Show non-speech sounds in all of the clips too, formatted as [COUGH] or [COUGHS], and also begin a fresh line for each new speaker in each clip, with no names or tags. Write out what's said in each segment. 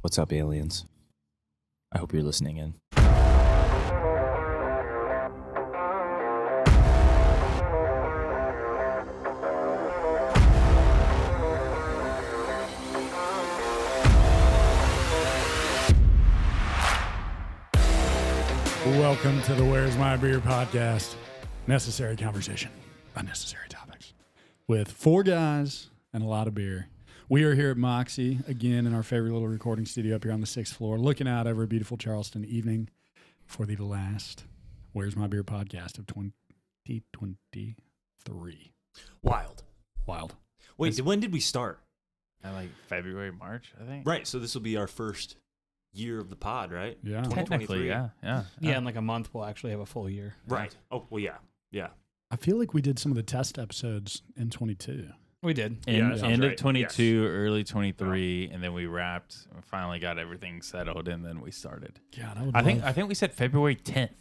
What's up, aliens?
I hope you're listening in.
Welcome to the Where's My Beer podcast. Necessary conversation, unnecessary topics. With four guys and a lot of beer. We are here at Moxie again in our favorite little recording studio up here on the sixth floor, looking out over a beautiful Charleston evening for the last Where's My Beer podcast of 2023.
Wild.
Wild.
Wait, did- when did we start?
And like February, March, I think.
Right, so this will be our first year of the pod, right?
Yeah.
2023.
Technically, yeah, yeah,
Uh,
Yeah, in like a month, we'll actually have a full year.
Right. Oh, well, yeah. Yeah.
I feel like we did some of the test episodes in 22.
We did.
End,
Yeah, that sounds
end
right.
of 22, early 23, and then we wrapped. We finally got everything settled, and then we started.
God, I would
I think
love-
I think we said February 10th,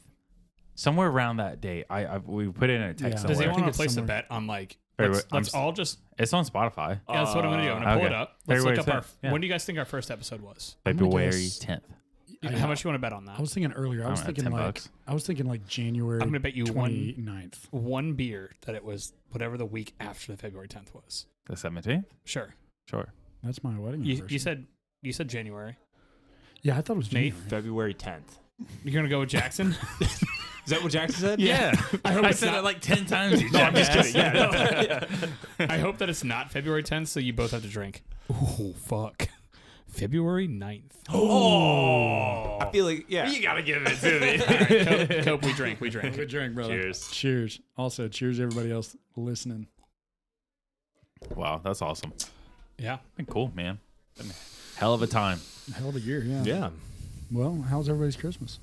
somewhere around that date. I, I we put it in a text
Yeah.
Does
somewhere.
I
anyone
think
want
it's
to place
somewhere.
a bet on like,
Wait,
let's,
wait, I'm
let's
s-
all just,
it's on Spotify.
yeah, that's what I'm going to do. I'm going to pull
okay.
it up. Let's
February
look up our,
10th, yeah.
when do you guys think our first episode was?
February
guess-
10th.
I-
How much you want to bet on that?
I was thinking earlier. I was
know,
thinking
10
like
bucks.
I was thinking like January.
I'm gonna bet you one-
29th.
One beer that it was whatever the week after the February 10th was.
The 17th.
Sure.
Sure.
That's my wedding.
You,
anniversary.
you said you said January.
yeah. I thought it was
Nate,
January.
Uh, February 10th.
You're going to go with Jackson?
[LAUGHS]
[LAUGHS]
Is that what Jackson said?
I hope
I
it's
said
not-
it like 10 times. You
No, I'm just
jackass.
kidding. Yeah.
I hope that it's not February 10th, so you both have to drink. Oh, fuck. February 9th.
[GASPS] oh. I feel like, yeah.
gotta give it
[LAUGHS]
to me.
All right, Cope, Cope, we drink. [LAUGHS] We drink.
Good drink, brother.
Cheers.
Cheers. Also, cheers to everybody else listening.
Wow, that's awesome.
Yeah.
Been cool, man. Been a hell of a time.
Hell of a year. Yeah.
[LAUGHS] Yeah.
Well, how's everybody's Christmas?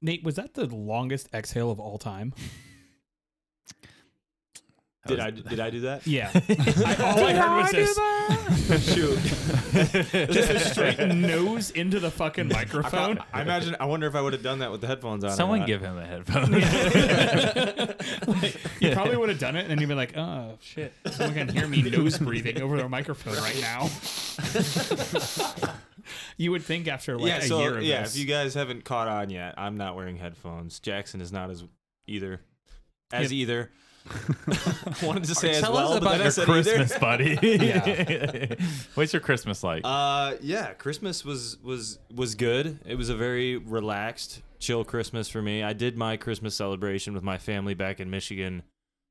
Nate, was that the longest exhale of all time?
Did I, did I do that? [LAUGHS]
[LAUGHS] Yeah. I, all I heard was this
[LAUGHS] Shoot.
just straight nose into the fucking
I, thought-
microphone.
I imagine, I wonder if I would have done that with the headphones on. or
Someone
not.
give him the headphones. [LAUGHS]
You probably would have done it, and then you'd be like, "Oh shit, someone can hear me nose breathing over their microphone right
[LAUGHS]
now." you would think after like
yeah,
a
so,
year of
yeah,
this,
if you guys haven't caught on yet, I'm not wearing headphones. Jackson is not as either. As
[LAUGHS]
either. [LAUGHS] I wanted to say as
Tell
well,
us
but
about
then I
your
said either.
[LAUGHS] Christmas, buddy. [LAUGHS] What's your Christmas like?
Uh, yeah, Christmas was was was good. It was a very relaxed, chill Christmas for me. I did my Christmas celebration with my family back in Michigan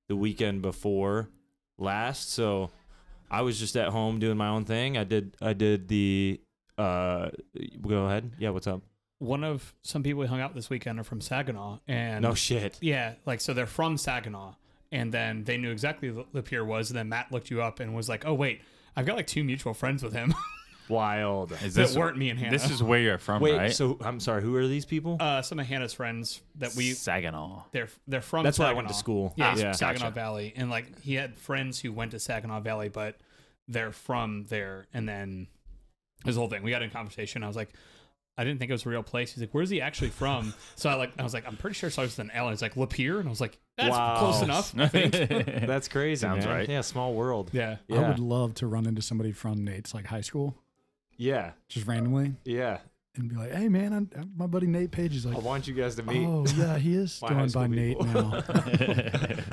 the weekend before last, so I was just at home doing my own thing. I did I did the uh go ahead. Yeah, what's up?
one of some people we hung out with this weekend are from Saginaw, and
No shit.
yeah, like so they're from Saginaw, and then they knew exactly what the pier was, and then Matt looked you up and was like, "Oh wait, I've got like two mutual friends with him [LAUGHS]
Wild.
Is
that weren't me and Hannah."
This is where you're from,
Wait,
right?
so I'm sorry, who are these people?
uh, some of Hannah's friends that we
Saginaw.
they're they're from.
That's where I
Saginaw.
went to school.
Yeah,
Ah,
he's from
gotcha.
Saginaw Valley, and like he had friends who went to Saginaw Valley, but they're from there. And then his whole thing, we got in conversation. I was like, I didn't think it was a real place. He's like, Where's he actually from? so I like, I was like, I'm pretty sure it starts with an L. And he's like Lapeer, and I was like, That's
Wow.
close enough. I think.
That's crazy.
Sounds
man.
right.
Yeah, small world.
yeah.
Yeah.
I would love to run into somebody from Nate's like high school
yeah.
just randomly
Yeah.
and be like, "Hey, man, I'm, I'm- my buddy Nate Page is like."
I want you guys to meet.
Oh yeah, he
[LAUGHS]
is
My high
going
school
by Nate
people. [LAUGHS]
now. [LAUGHS] well,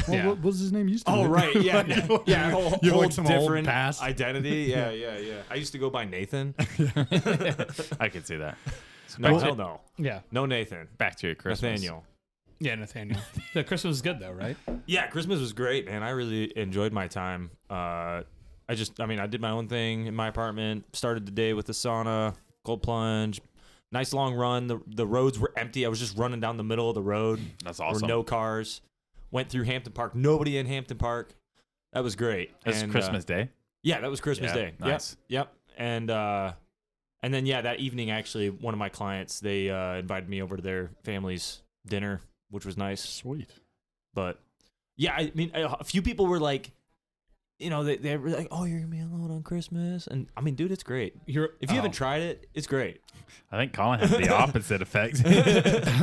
Yeah.
What was his name used to?
Oh
be? [LAUGHS]
right, yeah, yeah, [LAUGHS] yeah. Whole,
You have,
whole
like, some old
different
past.
identity. Yeah, yeah, yeah. I used to go by Nathan.
I could see that.
No,
Well-
hell no,
Yeah.
no Nathan.
Back to your Christmas.
Nathaniel.
Yeah, Nathaniel. [LAUGHS] the Christmas was good though, right?
Yeah, Christmas was great, man. I really enjoyed my time. Uh, I just, I mean, I did my own thing in my apartment. Started the day with the sauna, cold plunge, nice long run. The the roads were empty. I was just running down the middle of the road.
That's
There
awesome.
were no cars. Went through Hampton Park. Nobody in Hampton Park. That was great.
That's
And, uh,
Christmas Day.
Yeah, that was Christmas
Yeah,
Day.
nice.
Yep. Yep. And uh and then yeah, that evening actually one of my clients, they uh invited me over to their family's dinner, which was nice. [LAUGHS]
Sweet. [LAUGHS]
But yeah, I mean a a few people were like you know, they they were like, "Oh, you're going to be alone on Christmas." And I mean, dude, it's great.
You're
If you haven't
oh.
tried it, it's great.
I think Colin had the opposite effect.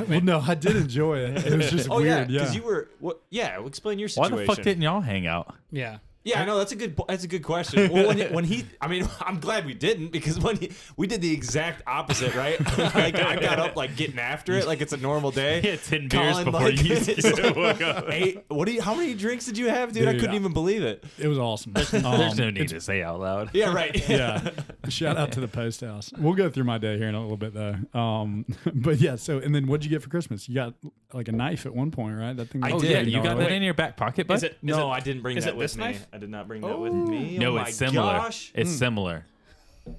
well, no, I did enjoy it. It was just
Oh yeah,
weird.
cuz you were what yeah, explain your
Why
situation.
the fuck didn't y'all hang out?
Yeah.
Yeah, I know that's a good that's a good question. Well, when, he- when he, I mean, [LAUGHS] I'm glad we didn't because when he, we did the exact opposite, right? [LAUGHS] like I got up like getting after it, like it's a normal day.
Yeah, 10 beers
Colin,
before
like,
you
is like,
woke up.
Eight, what do you? How many drinks did you have, dude? I
Dude,
couldn't
I-
even believe it.
It was awesome.
There's
Um,
no need to say out loud.
Yeah, right.
yeah. [LAUGHS] Shout out to the post house. We'll go through my day here in a little bit though. Um, [LAUGHS] but yeah. So and then what'd you get for Christmas? You got like a knife at one point, right? That thing.
I
was
did.
Oh, Yeah,
pretty
you got
gnarly.
that in your back pocket, bud?
Is it?
No,
I
I didn't bring
is
that
it
with
this
me.
knife?
I did not bring that with me.
no,
oh
it's similar.
Gosh.
It's similar.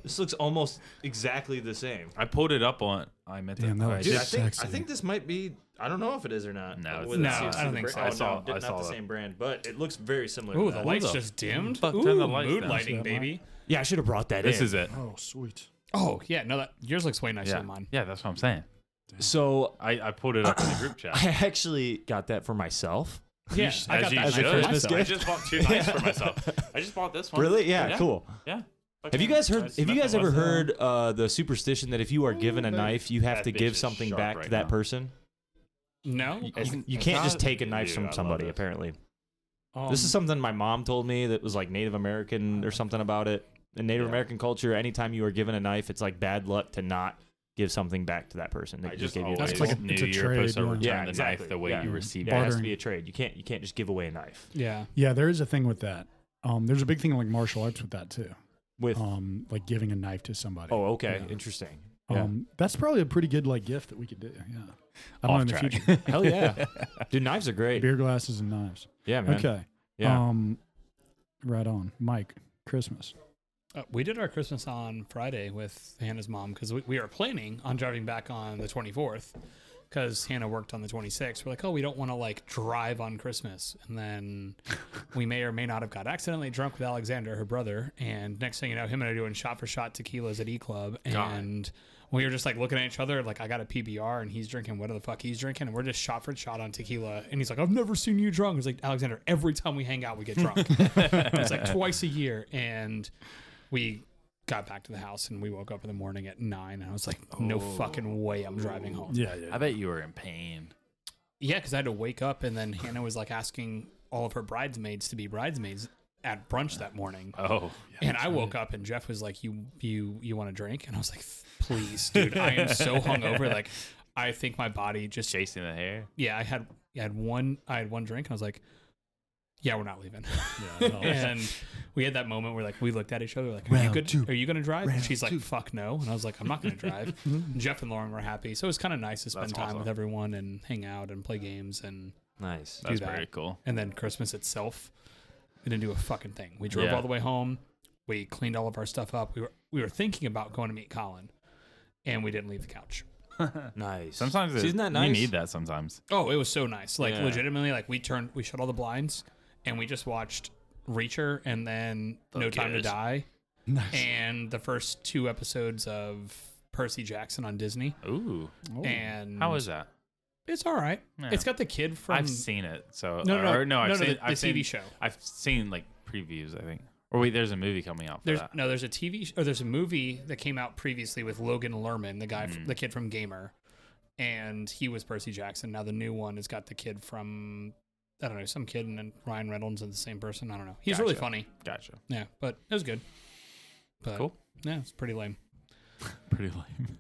this looks almost exactly the same.
I pulled it up on. I meant
Damn,
to.
that
oh, I
was
did-
Dude, I
It's
think, I
sexy.
think this might be. I don't know if it is or not.
No, it's
Whether it
not.
seems
I don't
to the
think so.
brand-
I
saw-
Oh, no,
I
did- not
saw
the
that.
same brand, but it looks very similar.
Ooh,
to
the
that.
lights just dimmed.
Fuck, turn
Ooh,
the lights
mood
down.
lighting, baby.
Yeah, I should have brought that
This
in.
is it.
Oh, sweet.
Oh yeah, no, that yours looks way nicer
Yeah.
than mine.
yeah, that's what I'm saying.
So
I, [LAUGHS] I pulled it up in the group chat.
I [COUGHS] actually got that for myself.
Yeah, I
As
got
you
that.
should.
for
Christmas
myself.
I just bought two
[LAUGHS]
knives for myself. I just bought this one.
Yeah, cool.
Yeah.
Have you guys heard? Have you guys ever
Nothing was, uh,
heard uh, the superstition that if you are given a knife, you have
that
to
bitch
give
is
something
sharp
back
right
to that
now.
person?
No,
You, you
it's
can't just
not-
take a knife
Dude, I
from
love
somebody.
this. Um,
Apparently, this
Um,
is something my mom told me that was like Native American or something about it. In Native American culture, anytime you are given a knife, it's like bad luck to not give something back to that person. That
I
you
just
gave you. a
always
knife.
That's like a-
knew
it's a
you were supposed to
trade, yeah.
return
Yeah,
the
exactly,
knife the way
yeah.
you received
Yeah, it
it.
has to
bartering.
be a trade. You can't you can't just give away a knife
yeah,
Yeah, there is a thing with that. Um, there's a big thing in, like martial arts with that too.
with.
Um, like giving a knife to somebody.
oh, okay,
Yeah.
interesting. Yeah.
Um, that's probably a pretty good like gift that we could do. Yeah. I don't know
Off
in the
track.
future.
[LAUGHS]
[LAUGHS]
Hell yeah, dude, knives are great.
Beer glasses and knives.
Yeah, man.
Okay.
Yeah.
Um, right on, Mike. Christmas.
Uh, we did our Christmas on Friday with Hannah's mom because we, we are planning on driving back on the 24th because Hannah worked on the 26th. We're like, oh, we don't want to like drive on Christmas, and then we may or may not have got accidentally drunk with Alexander, her brother, and next thing you know, him and I are doing shot for shot tequilas at E Club, and we were just like looking at each other like I got a PBR and he's drinking whatever the fuck he's drinking, and we're just shot for shot on tequila, and he's like, I've never seen you drunk. He's like, Alexander, every time we hang out, we get drunk. it's like twice a year, and we got back to the house and we woke up in the morning at nine and I was like, no fucking way I'm driving home.
Yeah, yeah.
I bet you were in pain.
Yeah, because I had to wake up and then Hannah was like asking all of her bridesmaids to be bridesmaids at brunch that morning.
Oh,
and I woke up and Jeff was like, You you you want a drink? And I was like, please, dude, I am so hungover. Like I think my body just
chasing the hair.
yeah, I had I had one I had one drink and I was like, Yeah, we're not leaving.
Yeah, no.
[LAUGHS] and we had that moment where like we looked at each other like are you good are you gonna drive and she's like fuck no and i was like i'm not gonna drive jeff and lauren were happy so it was kind of nice to spend
That's
time
awesome.
with everyone and hang out and play games and
Nice.
do
That's
that
very cool.
and then christmas itself we didn't do a fucking thing we drove
Yeah.
all the way home we cleaned all of our stuff up we were we were thinking about going to meet colin and we didn't leave the couch
Nice.
Sometimes it,
isn't that nice?
you need that sometimes.
Oh, it was so nice. Like
Yeah.
legitimately, like we turned, we shut all the blinds, and we just watched Reacher and then No Time to
Focus. [LAUGHS]
Die,
Nice.
and the first two episodes of Percy Jackson on Disney.
Ooh,
Oh.
And
how is that?
it's all right.
Yeah.
It's got the kid Mm. from
I've seen it. So
No, no,
or, no, I've
no, no,
seen
the- the
I've
TV
seen-
show.
I've seen like previews. I think. Or wait, there's a movie coming out for
there's
that.
no there's a TV sh- or there's a movie that came out previously with Logan Lerman, the guy,
Mm.
from, the kid from Gamer, and he was Percy Jackson. Now the new one has got the kid from. I don't know, some kid and then Ryan Reynolds are the same person. I don't know. He's really
Gotcha.
funny.
Gotcha.
Yeah, but it was good. But,
Cool.
Yeah, it's pretty lame.
Pretty lame.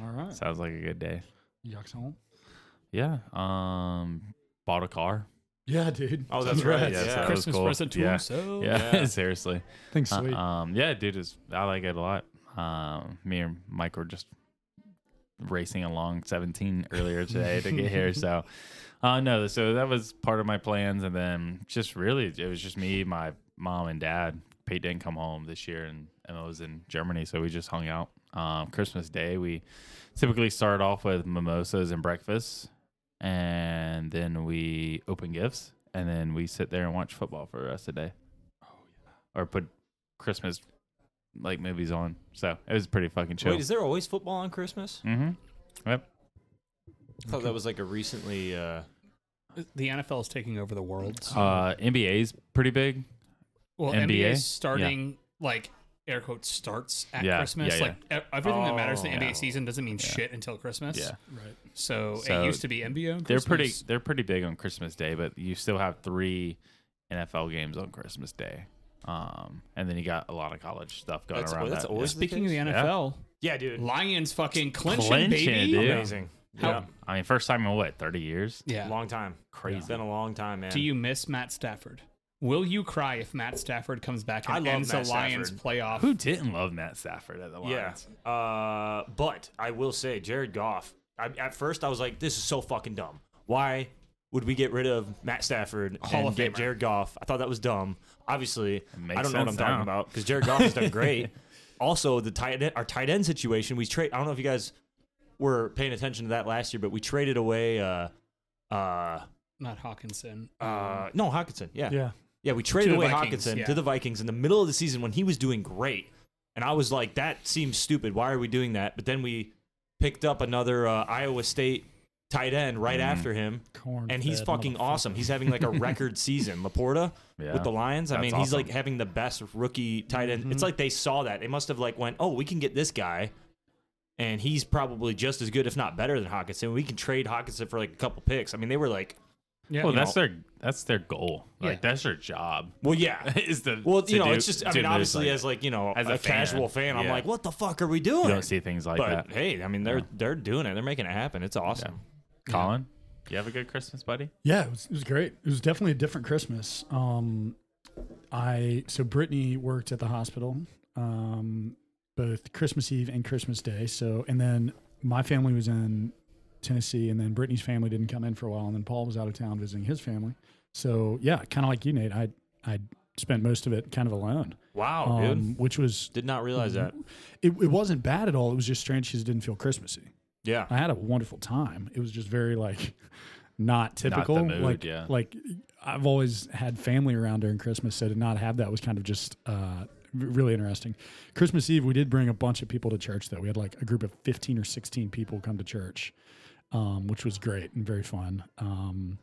All right.
Sounds like a good day.
Yucks home.
Yeah. Um, bought a car.
Yeah, dude.
Oh, that's right.
Yes,
Yeah.
that was
Christmas
cool.
present to
yeah.
himself.
Yeah,
Yeah.
[LAUGHS] seriously.
Thanks,
Uh,
sweet.
um, yeah, dude, it's, I like it a lot. Um, me and Mike were just racing along 17 earlier today to get here. So, uh, no, so that was part of my plans. And then just really, it was just me, my mom, and dad. Pete didn't come home this year, and Emma was in Germany. So we just hung out. Um, Christmas Day, we typically start off with mimosas and breakfast. And then we open gifts. And then we sit there and watch football for the rest of the day.
Oh,
Or put Christmas like movies on. So it was pretty fucking chill.
Wait, is there always football on Christmas?
mm-hmm. Yep.
I thought that was like a recently. Uh,
The NFL is taking over the world.
Uh, NBA's pretty big.
well,
NBA?
NBA is starting like air quotes starts at
Yeah,
Christmas.
yeah,
Like e- everything that matters to the
Oh.
NBA
Yeah.
season doesn't mean shit until Christmas.
Yeah.
right.
So,
So
it used to be NBA. On
They're pretty
Christmas.
they're pretty big on Christmas Day, but you still have three NFL games on Christmas Day. Um, and then you got a lot of college stuff going
That's,
around.
that's
that.
always
Speaking of the NFL,
Yeah, dude.
Lions fucking clinching,
Clinching,
baby.
dude.
Amazing.
How-
Yeah. I mean, first time in what, 30 years?
Yeah.
Long time. Crazy. It's been a long time, man.
Do you miss Matt Stafford? Will you cry if Matt Stafford comes back and
I love
ends
Matt
the Lions
Stafford.
playoff?
Who didn't love Matt Stafford at the
Yeah.
Lions?
Uh, but I will say, Jared Goff. I, at first, I was like, "This is so fucking dumb. Why would we get rid of Matt Stafford
Hall
and
of
get
Famer.
Jared Goff?" I thought that was dumb. Obviously,
makes
I don't know what I'm
sense
talking
now.
about because Jared Goff has
[LAUGHS]
done great. Also, the tight end, our tight end situation. We trade. I don't know if you guys were paying attention to that last year, but we traded away. Uh, uh,
Not Hawkinson.
uh, no, Hawkinson. Yeah,
Yeah.
yeah, we traded
the
away
Vikings,
Hawkinson
yeah.
to the Vikings in the middle of the season when he was doing great. And I was like, that seems stupid. Why are we doing that? But then we picked up another uh, Iowa State tight end right after him.
Corn
And he's
fed
fucking
motherfucker.
awesome. He's
[LAUGHS]
having like a record season. Laporta
Yeah.
with the Lions. I
That's
mean, he's like
awesome.
having the best rookie tight end. It's like they saw that. They must have like went, oh, we can get this guy. And he's probably just as good, if not better, than Hawkinson. We can trade Hawkinson for like a couple picks. I mean, they were like,
yeah.
Well,
you
that's
know.
their that's their goal. Like that's their job. [LAUGHS]
well, yeah.
is the
Well,
to
you know,
do-
it's just, I
to
mean,
lose,
obviously,
like-
as like, you know,
as
a,
a fan,
casual fan, I'm
yeah.
like, what the fuck are we doing?
you don't see things like
but
that.
hey, I mean, they're they're doing it. They're making it happen. It's awesome.
Colin, you have a good Christmas, buddy.
Yeah, it was, it was great. It was definitely a different Christmas. Um, I so Brittany worked at the hospital, um, both Christmas Eve and Christmas Day. So and then my family was in Tennessee, and then Brittany's family didn't come in for a while, and then Paul was out of town visiting his family. So yeah, kind of like you, Nate. I I spent most of it kind of alone,
Wow,
um, mm-hmm. which was
Did not realize that.
it, it wasn't bad at all. It was just strange because it didn't feel Christmassy.
Yeah.
I had a wonderful time. It was just very like [LAUGHS] not typical.
mood,
like
yeah.
like I've always had family around during Christmas, so to not have that was kind of just uh, r- really interesting. Christmas Eve, we did bring a bunch of people to church. Though we had like a group of fifteen or sixteen people come to church, um, which was great and very fun. Um,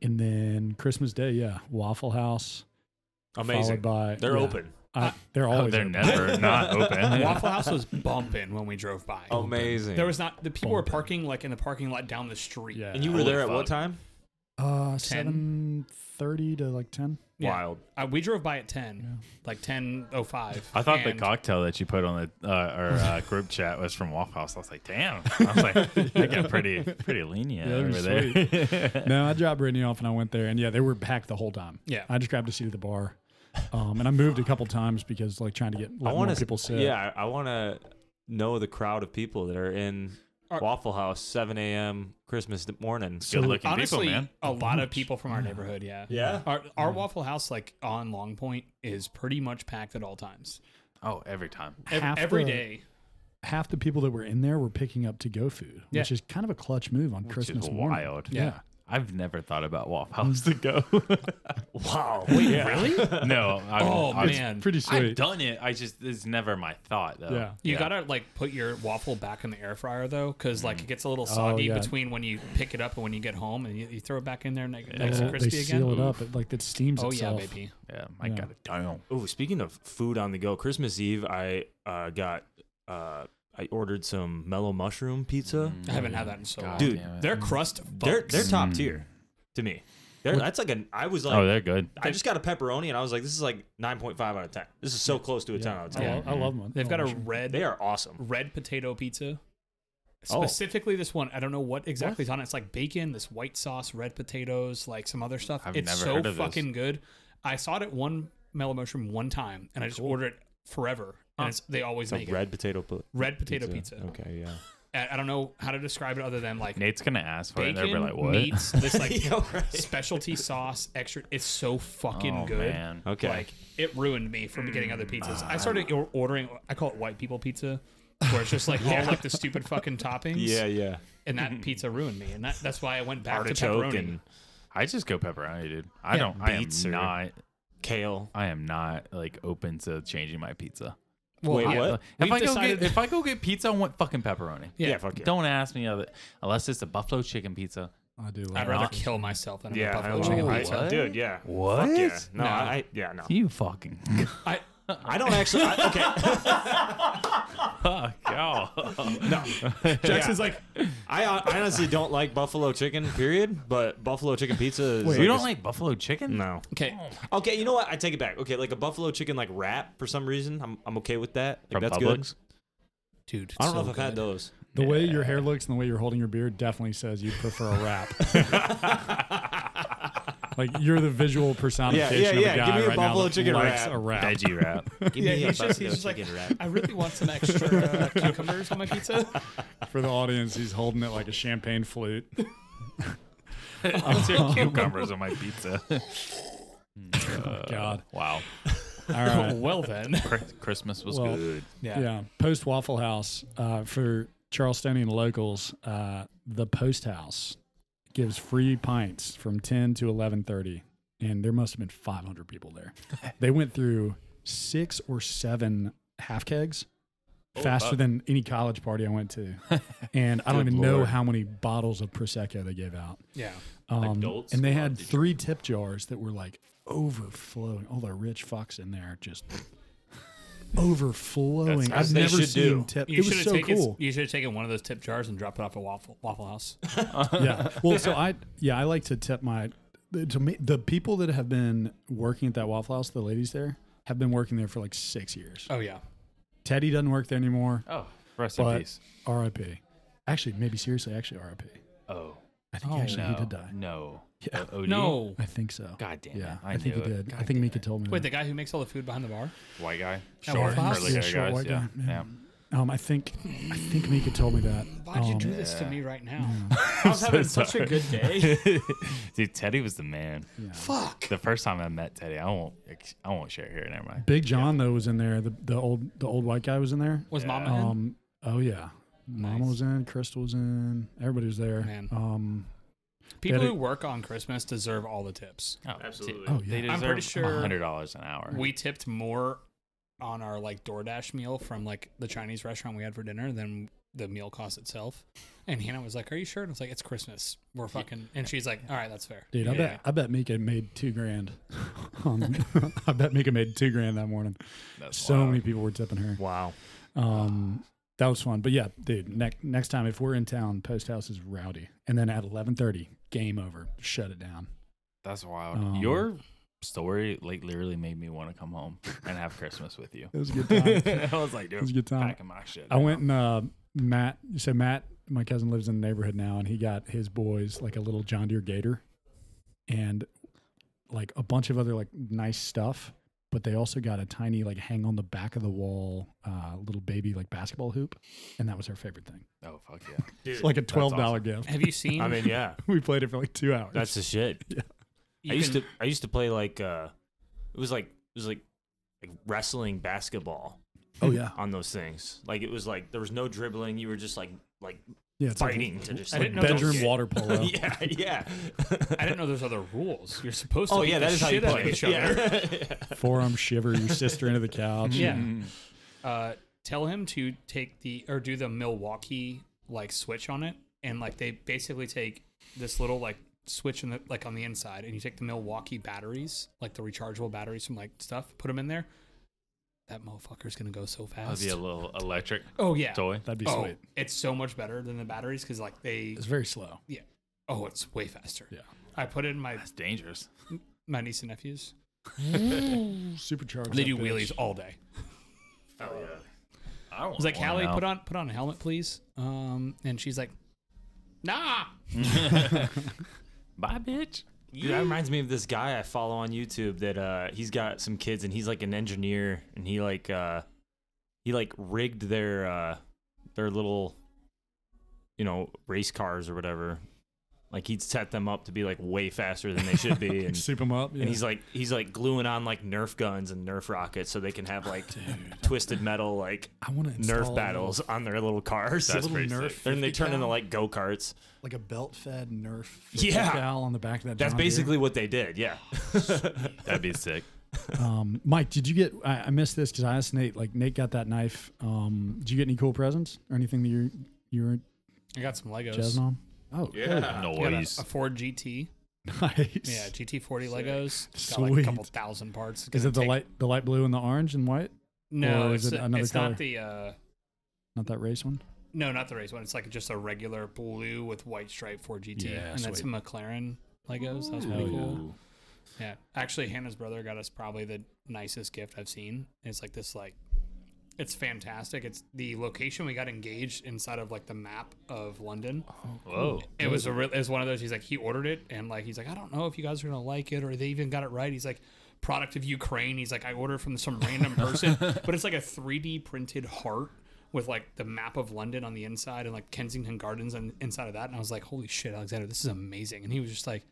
and then Christmas Day, yeah, Waffle House. Followed
Amazing.
by
They're
yeah.
open.
I, they're always
Oh, they're
open.
[LAUGHS] never not
[LAUGHS]
open.
Waffle House was bumping when we drove by.
Oh,
Amazing.
There was not the people were parking like in the parking lot down the street.
Yeah.
and you were
Holy
there at what
fuck.
time?
Uh, seven thirty to like ten.
Yeah.
Wild.
Uh, we drove by at ten, like ten oh five.
I thought the
and-
cocktail that you put on the uh, our uh, group chat was from Waffle House. I was
[LAUGHS]
like, damn. I was like, I got pretty pretty lenient
Yeah,
over
they're
there.
no, I dropped Brittany off and I went there, and yeah, they were packed the whole time.
Yeah.
I just grabbed a seat at the bar, um, and I moved a couple times because like trying to get
I
let
want
more
to
people sit.
Yeah, I want to know the crowd of people that are in
Are-
Waffle House 7 a.m. Christmas morning.
[LAUGHS] Good looking
honestly,
people, man.
a
[LAUGHS]
lot of people from our neighborhood. Yeah.
Yeah?
Our, our Waffle House, like on Long Point, is pretty much packed at all times.
Oh, every time.
Ev-
Half
every
the-
day.
half the people that were in there were picking up to go food,
Yeah.
which is kind of a clutch move on
Which
Christmas
is
morning.
wild.
Yeah.
I've never thought about Waffle House to
[LAUGHS]
go.
Wow. Wait,
Really?
no. i
Oh
I've,
man.
pretty
I've
sweet.
done it. I just it's never my thought though.
Yeah.
You gotta like put your waffle back in the air fryer though, because like it gets a little soggy
Oh, yeah.
between when you pick it up and when you get home, and you, you throw it back in there and it
Uh, They-
makes it
they
crispy again.
seal it up, it, like it steams
Oh yeah,
itself.
baby.
Yeah. I
Yeah.
got it down.
Oh, speaking of food on the go, Christmas Eve, I uh, got uh, I ordered some mellow mushroom pizza.
I haven't had that in so long.
Dude,
their crust.
They're
fucks.
they're top tier to me. They're, that's like an I was like
oh, they're good.
I just got a pepperoni and I was like, this is like 9.5 out of 10. This is so close to a 10 out of
I,
10.
love, I love them.
They've got a red
They are awesome.
red potato pizza.
Oh.
Specifically, this one. I don't know what exactly is on it. It's like bacon, this white sauce, red potatoes, like some other stuff.
I've
it's
never
so
heard of this.
fucking good. I saw it at one mellow mushroom one time, and I just ordered it forever. And it's, they always
It's
make
a
it.
red potato pi-
Red potato pizza.
Okay, [LAUGHS] yeah.
I I don't know how to describe it other than like
Nate's gonna ask for it.
bacon
They'll be like, what?
meats this like
Yeah, right.
specialty sauce extra. It's so fucking
[LAUGHS] oh
good.
man. Mm. Ah.
Okay.
Like it ruined me from getting other pizzas. I started or- ordering. I call it white people pizza, where it's
[LAUGHS]
just like all like the stupid fucking toppings.
yeah, yeah.
And
[LAUGHS]
that pizza ruined me, and that, that's why I went back to
Artichoke
pepperoni.
and
I just go pepperoni, dude. I don't. I am
beets or-
not.
kale.
I am not like open to changing my pizza.
Well,
Wait,
yeah.
uh,
what?
If I
We've
go
decided-
get if I go get pizza, I want fucking pepperoni.
Yeah.
fuck it.
Don't ask me other unless it's a buffalo chicken pizza.
I do. Love
I'd rather kill myself than have a
Yeah,
buffalo chicken
love-
pizza.
What?
dude, yeah.
What?
Fuck yeah. No,
No.
I, I- yeah, no.
You fucking [LAUGHS]
[LAUGHS]
I,
I don't actually, I,
[LAUGHS]
okay.
fuck y'all.
Jackson's like,
I, hon- I honestly don't like buffalo chicken. Period. But buffalo chicken pizza. Is
Wait,
like
you
a
don't
s-
like buffalo chicken?
No.
Okay.
Okay, you know what? I take it back. Okay, like a buffalo chicken like wrap for some reason. I'm I'm okay with that. Like,
From
that's good.
Publix?
Dude, it's
I don't know
so
if I've had
good.
those.
The way your hair looks and the way you're holding your beard definitely says you prefer a
[LAUGHS]
wrap. like you're the visual personification
Yeah, yeah, yeah.
of a guy
Give me a
right now
buffalo
that
chicken
likes
wrap.
a wrap.
Veggie wrap.
Give
Yeah,
me a
he's just- he's
buffalo
just like-
chicken
[LAUGHS]
wrap.
I really want some
[LAUGHS]
extra uh, [LAUGHS] cucumbers on my pizza.
For the audience, he's holding it like a champagne flute.
I'll [LAUGHS] take cucumbers on my pizza. [LAUGHS] Uh,
Oh, God.
Wow.
All [LAUGHS] right.
well then,
[LAUGHS]
Chris- Christmas was
Well,
good.
yeah.
Yeah. Post Waffle House uh, for Charlestonian locals. Uh, the Post House gives free pints from 10 to 11:30, and there must have been 500 people
[LAUGHS]
there. they went through six or seven half kegs
Oh,
faster
fuck.
than any college party I went
[LAUGHS]
to, and I don't
Good
even know
lord.
how many bottles of prosecco they gave out.
yeah.
Um,
adults?
and they
Wow,
had
did you-
three tip jars that were like overflowing. All the rich fucks in there just overflowing.
That's-
I've
they
never
should
seen
do.
tip.
You
it
should
was
have
so
taken, [LAUGHS]
cool.
You should have taken one of those tip jars and dropped it off at Waffle Waffle House.
yeah. Well, so I yeah I like to tip my to me the people that have been working at that Waffle House, the ladies there have been working there for like six years.
Oh yeah.
Teddy doesn't work there anymore.
Oh, rest in
But
peace.
R.I.P. Actually, maybe seriously, actually R.I.P.
Oh,
I think actually
no.
he did die.
No.
Yeah.
O- OD?
No.
I think so.
God damn.
yeah,
it.
I,
I,
think
knew
he
it.
did. I think Mika told me.
Wait,
that.
the guy who makes all the food behind the bar?
White guy.
At
Short,
Waffle House?
curly
Yeah,
hair
short
guys.
white
yeah.
guy,
yeah.
Um, I think I think Mika told me that.
Why'd you
Um,
do this to me right now?
I was having such
[LAUGHS]
a good day.
Dude, Teddy was the man.
Fuck.
The first time I met Teddy, I won't. ex- I won't share here. Never mind.
Big John though was in there. The the old the old white guy was in there.
Was
Yeah.
Mama in?
Um, oh yeah, Mama
Nice.
was in. Crystal was in. Everybody was there.
Man.
Um,
People
Daddy-
who work on Christmas deserve all the tips.
Oh,
Absolutely.
oh
They
yeah.
deserve
I'm pretty sure-
hundred dollars an hour.
We tipped more on our like DoorDash meal from like the Chinese restaurant we had for dinner than the meal cost itself. And Hannah was like, "Are you sure?" And I was like, "It's Christmas. We're fucking." And she's like, "All right, that's fair."
Dude, I bet I bet Mika made two grand. [LAUGHS] um, [LAUGHS] I bet Mika made two grand that morning.
That's
So
wild.
many people were tipping her.
Wow.
Um, that was fun. But yeah, dude, ne- next time if we're in town, Post House is rowdy. And then at eleven thirty, game over. Shut it down.
That's wild.
Um,
Your story like literally made me want to come home and have Christmas
[LAUGHS]
with you. [LAUGHS]
It was a good time.
I was like, dude,
was a good time.
Packing my shit.
I went and uh, Matt. So Matt, my cousin lives in the neighborhood now, and he got his boys like a little John Deere Gator, and like a bunch of other like nice stuff. But they also got a tiny like hang on the back of the wall uh, little baby like basketball hoop, and that was her favorite thing.
Oh fuck yeah.
It's like a twelve dollar gift. [LAUGHS]
Have you seen?
I mean, yeah.
We played it for like two hours.
That's the shit.
you
I used
can-
to I used to play like uh it was like it was like like wrestling basketball
oh yeah,
on those things. Like it was like there was no dribbling, you were just like like
yeah. It's like
fighting to just
I
like,
didn't know there
bedroom
was- [LAUGHS]
water polo.
[LAUGHS] yeah, yeah.
I didn't know there's other rules. You're supposed to.
Oh
beat
yeah,
the
that is how you
shit out
play
of each
Yeah. [LAUGHS]
other.
Forearm shiver your sister into the couch.
[LAUGHS] Yeah.
Mm.
Uh, tell him to take the or do the Milwaukee like switch on it, and like they basically take this little like switch in the like on the inside, and you take the Milwaukee batteries, like the rechargeable batteries from like stuff, put them in there. That motherfucker's gonna go
Oh,
so
That'd
[LAUGHS]
fast.
be a little electric
oh yeah.
toy.
that'd be
Oh,
sweet.
it's so much better than the batteries because like they.
It's very slow.
Yeah. Oh, it's way faster.
Yeah.
I put it in my
That's dangerous.
my niece and nephews.
Supercharged.
They
that
do
bitch.
wheelies all day.
Oh yeah. I
I was like, Hallie, put on put on a helmet, please. Um, and she's like, Nah.
[LAUGHS]
[LAUGHS] Bye, bitch.
Dude, that reminds me of this guy I follow on YouTube that uh he's got some kids and he's like an engineer and he like uh he like rigged their uh their little you know race cars or whatever. Like he'd set them up to be like way faster than they
[LAUGHS]
should be and
Soup 'em up.
And he's like he's like gluing on like Nerf guns and Nerf rockets so they can have like twisted metal like
I want to
Nerf battles on their little cars.
That's
little
pretty
Nerf,
sick.
Then they
50
turn into
cal,
like go karts.
like a belt-fed Nerf. 50
Yeah.
cal on the back of that.
That's
John Deere.
basically what they did. Yeah. [LAUGHS]
That'd be sick.
Um, Mike, did you get? I, I missed this because I asked Nate. Like Nate got that knife. Um, did you get any cool presents or anything that you're you're
I got some Legos.
jazzing on? Oh yeah,
I got a,
Noise.
a Ford GT.
nice.
Yeah, GT40 Legos. It's Got like
Sweet.
a couple thousand parts. It's
Is
gonna
it the
take-
light the light blue and the orange and white?
No,
or is
it's,
it
a-
another
it's
color?
not the. Uh,
Not that race one.
No, not the race one. It's like just a regular blue with white stripe 4GT,
Yeah,
and that's a
sweet.
McLaren Legos. That's pretty cool. Yeah, actually, Hannah's brother got us probably the nicest gift I've seen. It's like this like. It's fantastic. It's the location we got engaged inside of like the map of London.
Whoa.
It was a real, it was one of those. He's like, he ordered it, and like, he's like, I don't know if you guys are gonna like it or they even got it right. He's like, product of Ukraine. He's like, I ordered from
[LAUGHS]
some random person, but it's like a 3D printed heart with like the map of London on the inside and like Kensington Gardens on inside of that. And I was like, holy shit, Alexander, this is amazing. And he was just like,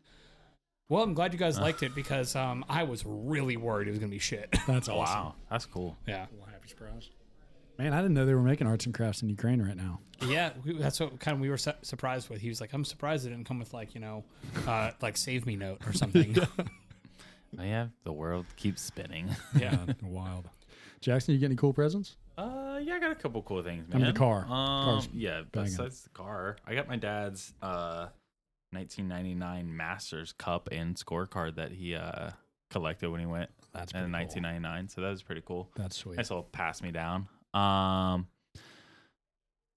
Well, I'm glad you guys liked it because um, I was really worried it was gonna be shit. [LAUGHS]
That's awesome.
Wow. That's cool.
yeah,
Happy surprise. Man, I didn't know they were making arts and crafts in Ukraine right now.
yeah, we, that's what kind of we were su- surprised with. He was like, I'm surprised it didn't come with like you know, uh, like save me note
[LAUGHS]
or something.
Oh, yeah. The world keeps spinning.
[LAUGHS] Yeah, wild. Jackson, you get any cool presents?
Uh, yeah, I got a couple cool things,
I
man.
mean, the car.
Um,
Car's
yeah,
banging.
besides the car, I got my dad's uh 1999 Masters Cup and scorecard that he uh collected when he went
That's
in
pretty cool. Oh,
1999. So that was pretty cool.
That's sweet.
That's all passed me down. Um,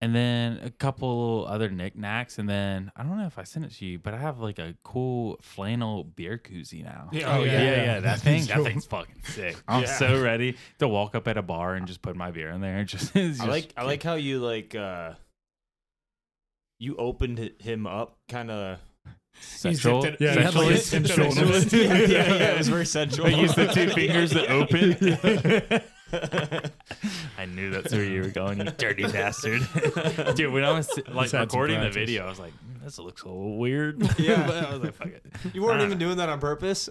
and then a couple other knickknacks, and then I don't know if I sent it to you, but I have like a cool flannel beer koozie now.
[LAUGHS] Yeah, oh,
yeah,
yeah.
yeah, that thing, that
Cool.
thing's fucking sick. I'm so ready to walk up at a bar and just put my beer in there. [LAUGHS] And just, it's
I
just-
like I like how you like uh you opened hi- him up kind of
sexual.
zipped it-
Yeah, he had, like,
[LAUGHS]
a-
sexualist.
Sexualist.
a
[LAUGHS]
shoulder.
Sexualist.
yeah, yeah, [LAUGHS] yeah, it was very sensual.
I used the two fingers to
[LAUGHS]
open. I knew that's where you were going, you
[LAUGHS]
dirty bastard. Dude, when I was
had
like
some
recording the
practice.
video, I was like, "Mm, this looks a little weird.
Yeah.
but [LAUGHS] I was like, fuck it.
You weren't even doing that on purpose.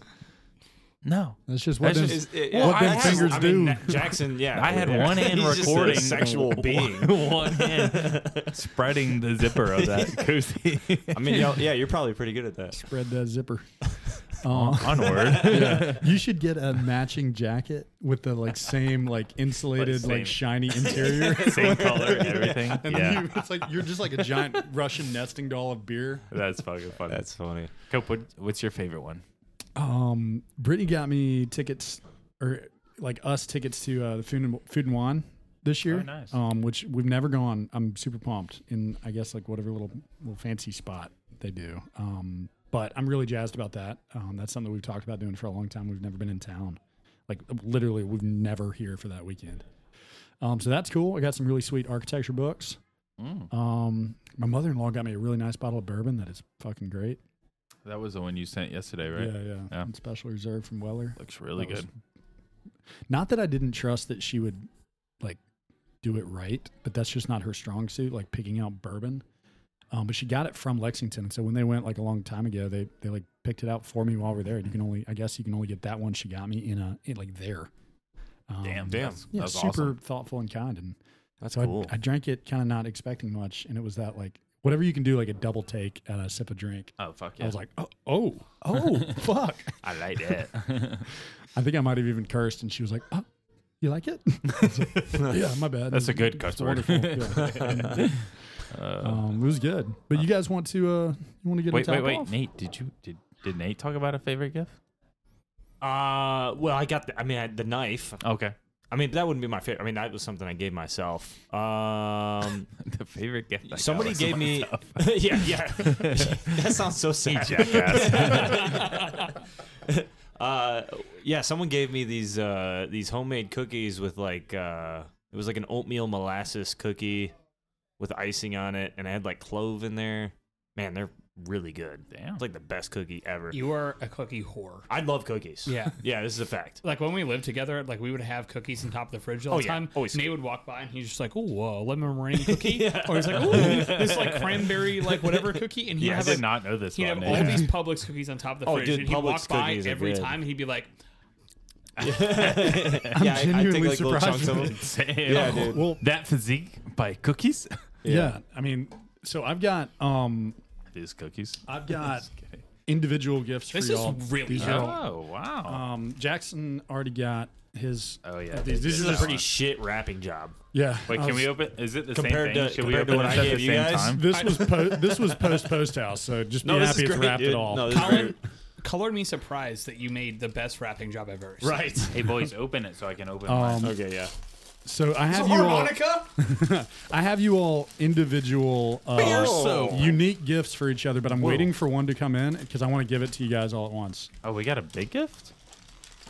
No.
That's just what
That's
them-
Is- it-
Well,
yeah,
I
I
had-
have-
fingers
I mean,
do.
Na- Jackson, yeah,
I had
yeah.
[LAUGHS] one hand
He's just a
recording. [LAUGHS]
[LAUGHS] sexual being.
One hand spreading the zipper of [LAUGHS] that koozie.
I mean, y'all- yeah, you're probably pretty good at that.
spread that
[LAUGHS]
zipper. Um,
On-
Aw.
Onward.
Yeah. You should get a matching jacket with the like same like insulated
Like, same.
like shiny
[LAUGHS]
interior.
Same color and everything.
And
yeah.
you, it's like you're just like a
[LAUGHS]
giant Russian nesting doll of beer.
that's fucking funny.
That's funny.
Cope, what, what's your favorite one?
Um, Brittany got me tickets or like us tickets to uh, the food and, food and wine this year.
Oh, nice.
Um, which we've never gone. I'm super pumped in I guess like whatever little little fancy spot they do. Um, but I'm really jazzed about that. Um, that's something we've talked about doing for a long time. We've never been in town. Like literally, we've never here for that weekend. Um, so that's cool. I got some really sweet architecture books.
Mm.
Um, my mother-in-law got me a really nice bottle of bourbon that is fucking great.
That was the one you sent yesterday, right?
Yeah, yeah,
Yeah.
Special reserve from Weller.
Looks really
That was-
good.
Not that I didn't trust that she would like do it right, but that's just not her strong suit, like picking out bourbon. Um, but she got it from Lexington, and so when they went like a long time ago, they they like picked it out for me while we are there. And you can only, I guess, you can only get that one she got me in a in, like there. Um,
Damn,
damn.
That's,
Yeah,
that's
super
awesome.
thoughtful and kind, and
That's
so
cool.
I, I drank it kind of not expecting much, and it was that like whatever you can do, like a double take at a sip of drink.
Oh fuck yeah!
I was like, oh, oh,
[LAUGHS]
oh, fuck.
I like that.
I think I might have even cursed, and she was like, "Oh, you like it?" [LAUGHS] yeah, my bad.
That's a good
It's
cuss word. Uh,
wonderful.
[LAUGHS]
Yeah. um, it was good. But you guys want to uh, you want to get
wait,
a
wait,
top
wait,
off?
Nate, did you did did Nate talk about a favorite gift?
Uh, well, I got. The, I mean, I, the knife.
Okay, [LAUGHS]
I mean, that wouldn't be my favorite. I mean, that was something I gave myself. Um, [LAUGHS]
the favorite gift. I got
somebody
was
gave me.
myself.
[LAUGHS] yeah, yeah. [LAUGHS] that sounds so sad. [LAUGHS] uh, yeah, someone gave me these uh, these homemade cookies with like uh, it was like an oatmeal molasses cookie with icing on it, and I had like clove in there. Man, they're really good.
Damn.
It's like the best cookie ever.
You are a cookie whore.
I love cookies.
Yeah.
[LAUGHS] yeah. This is a fact.
[LAUGHS] Like when we lived together, like we would have cookies on top of the fridge all
Oh,
the
yeah.
time.
Always.
Nate would walk by and he's just like, "Oh, whoa, lemon
[LAUGHS]
meringue cookie," or he's like, "Oh, this like cranberry like whatever cookie," and he
I
would have,
did
[LAUGHS] like,
not know this
he'd
one.
have
Nate.
all these Publix cookies on top of the
Oh,
fridge,
dude,
and he'd
Publix
walk by
cookies are
every
good.
time and he'd
[LAUGHS]
be like,
I'm yeah, I-
genuinely
I take like little
surprised
chunks of
with
them.
Damn.
Yeah, dude.
Well,
That physique by cookies. [LAUGHS]
yeah. I mean, so I've got um,
These cookies. [LAUGHS]
I've got
Just kidding.
individual gifts
This
for
is
y'all.
really
These are all-
Oh wow.
um, Jackson already got his.
oh yeah.
these-
they
This
did
is a
that
pretty
one.
shit wrapping job.
Yeah.
Wait,
I
can
was-
we open? Is it the same
Compared
thing?
to-
Should we
compared to
open
what
this
I
at the
gave you
same
guys?
time?
This was po- this was post post house, so just be
No, this
happy
is
it's
great,
wrapped
dude.
at all.
No, this is
"Colin, colored me surprised that you made the best wrapping job I've ever."
[LAUGHS]
seen."
Right. Oh.
Hey boys, open it so I can open. mine.
um,
Okay. Yeah.
So I
"Oh,
have you all. [LAUGHS] I have you all individual, uh,
so-
unique gifts for each other, but I'm waiting for one to come in because I want to give it to you guys all at once.
Oh, we got a big gift.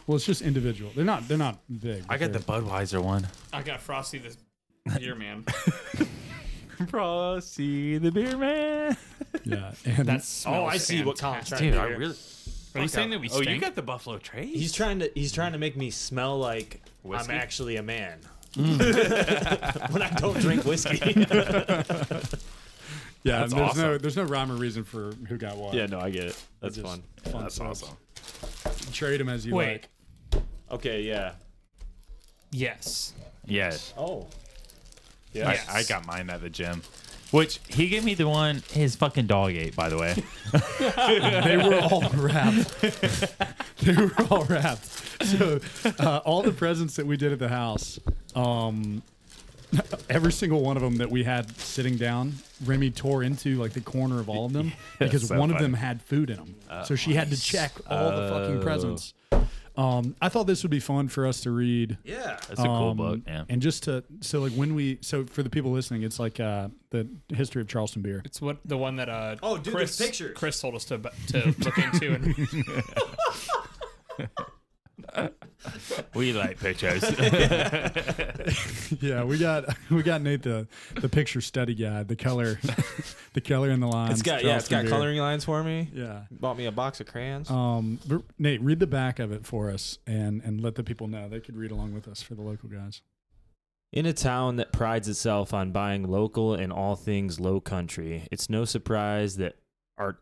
Well, it's just individual. They're not. They're not big.
I got the
they're-
Budweiser [LAUGHS] one.
I got Frosty this
[LAUGHS]
year, man.
Frosty the Beer Man.
Yeah, and
That's
Oh, I see what Colin's trying
Dude,
to
I
do. here.
really.
Are you saying that we
Oh,
stink?
you got the Buffalo Trace.
He's trying to he's trying to make me smell like
Whiskey?
I'm actually a [LAUGHS] man. [LAUGHS] when I don't drink whiskey.
yeah.
That's
there's no.
awesome.
There's no rhyme or reason for who got what.
no, I get it. That's
Just
fun.
fun stuff. Trade them as you
Wait.
like.
Okay, yeah.
yes.
Yes.
Oh.
I-
Yes.
I, got mine at the gym. Which he gave me the one his fucking dog ate, by the way.
They
[LAUGHS]
were all wrapped. [LAUGHS] they were all wrapped. So uh, all the presents that we did at the house, um, every single one of them that we had sitting down, Remy tore into like the corner of all of
[LAUGHS]
them because
so
one of
funny. Oh,
them had food in them. so she had to check all the fucking presents. Um, I thought this would be fun for us to read.
Yeah.
That's a cool
Um,
book. Yeah.
And just to so like when we so for the people listening, it's like uh, the history of Charleston beer.
It's what the one that uh
Oh, dude, there's
Chris
pictures.
Chris told us to to look into and
We like [LAUGHS] pictures.
Yeah, we got [LAUGHS] we got Nate the the picture study guide, the color, [LAUGHS] the color in the lines.
It's got yeah, it's got
Charleston
coloring lines for me.
beer. Yeah.
Bought me a box of crayons.
Um, but Nate, read the back of it for us, and and let the people know they could read along with us for the local guys.
In a town that prides itself on buying local and all things low country, it's no surprise that art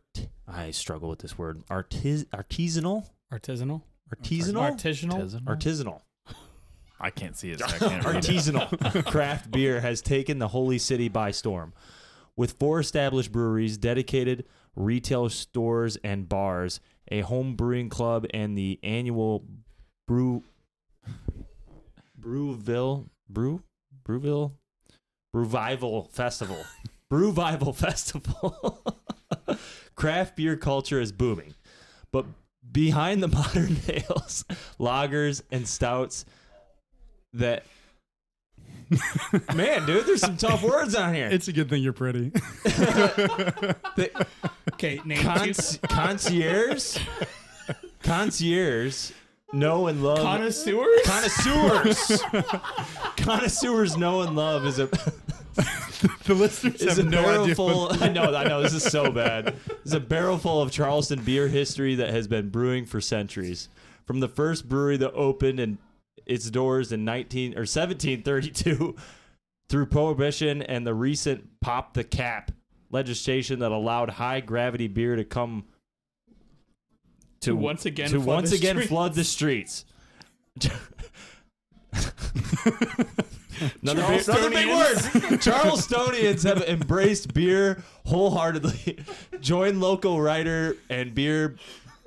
I struggle with this word. Artis- artisanal?
artisanal
Artisanal?
artisanal
artisanal.
I can't see it. [LAUGHS] So I can't read it.
Artisanal [LAUGHS] craft beer has taken the holy city by storm. With four established breweries, dedicated retail stores and bars, a home brewing club, and the annual brew Brewville Brew Brewville Brewvival Festival. Brewvival Festival. [LAUGHS] craft beer culture is booming. But behind the modern [LAUGHS] ales, lagers, and stouts that Man, dude, there's some tough words on here.
It's a good thing you're pretty. [LAUGHS]
The
okay name two
cons-
[LAUGHS]
concierge, concierge, know and love
connoisseurs
connoisseurs. connoisseurs know and love is a
the listeners
is
have
a
no
barrel
idea. what-
[LAUGHS] full. I know, I know. This is so bad. It's a barrel full of Charleston beer history that has been brewing for centuries. From the first brewery that opened and its doors in 19 or 1732 [LAUGHS] through prohibition and the recent pop the cap legislation that allowed high gravity beer to come
To once again
to
flood
once
the
again
streets.
flood the
[LAUGHS]
streets. Another, beer, another big word. [LAUGHS] Charlestonians have embraced beer wholeheartedly. [LAUGHS] Join local writer and beer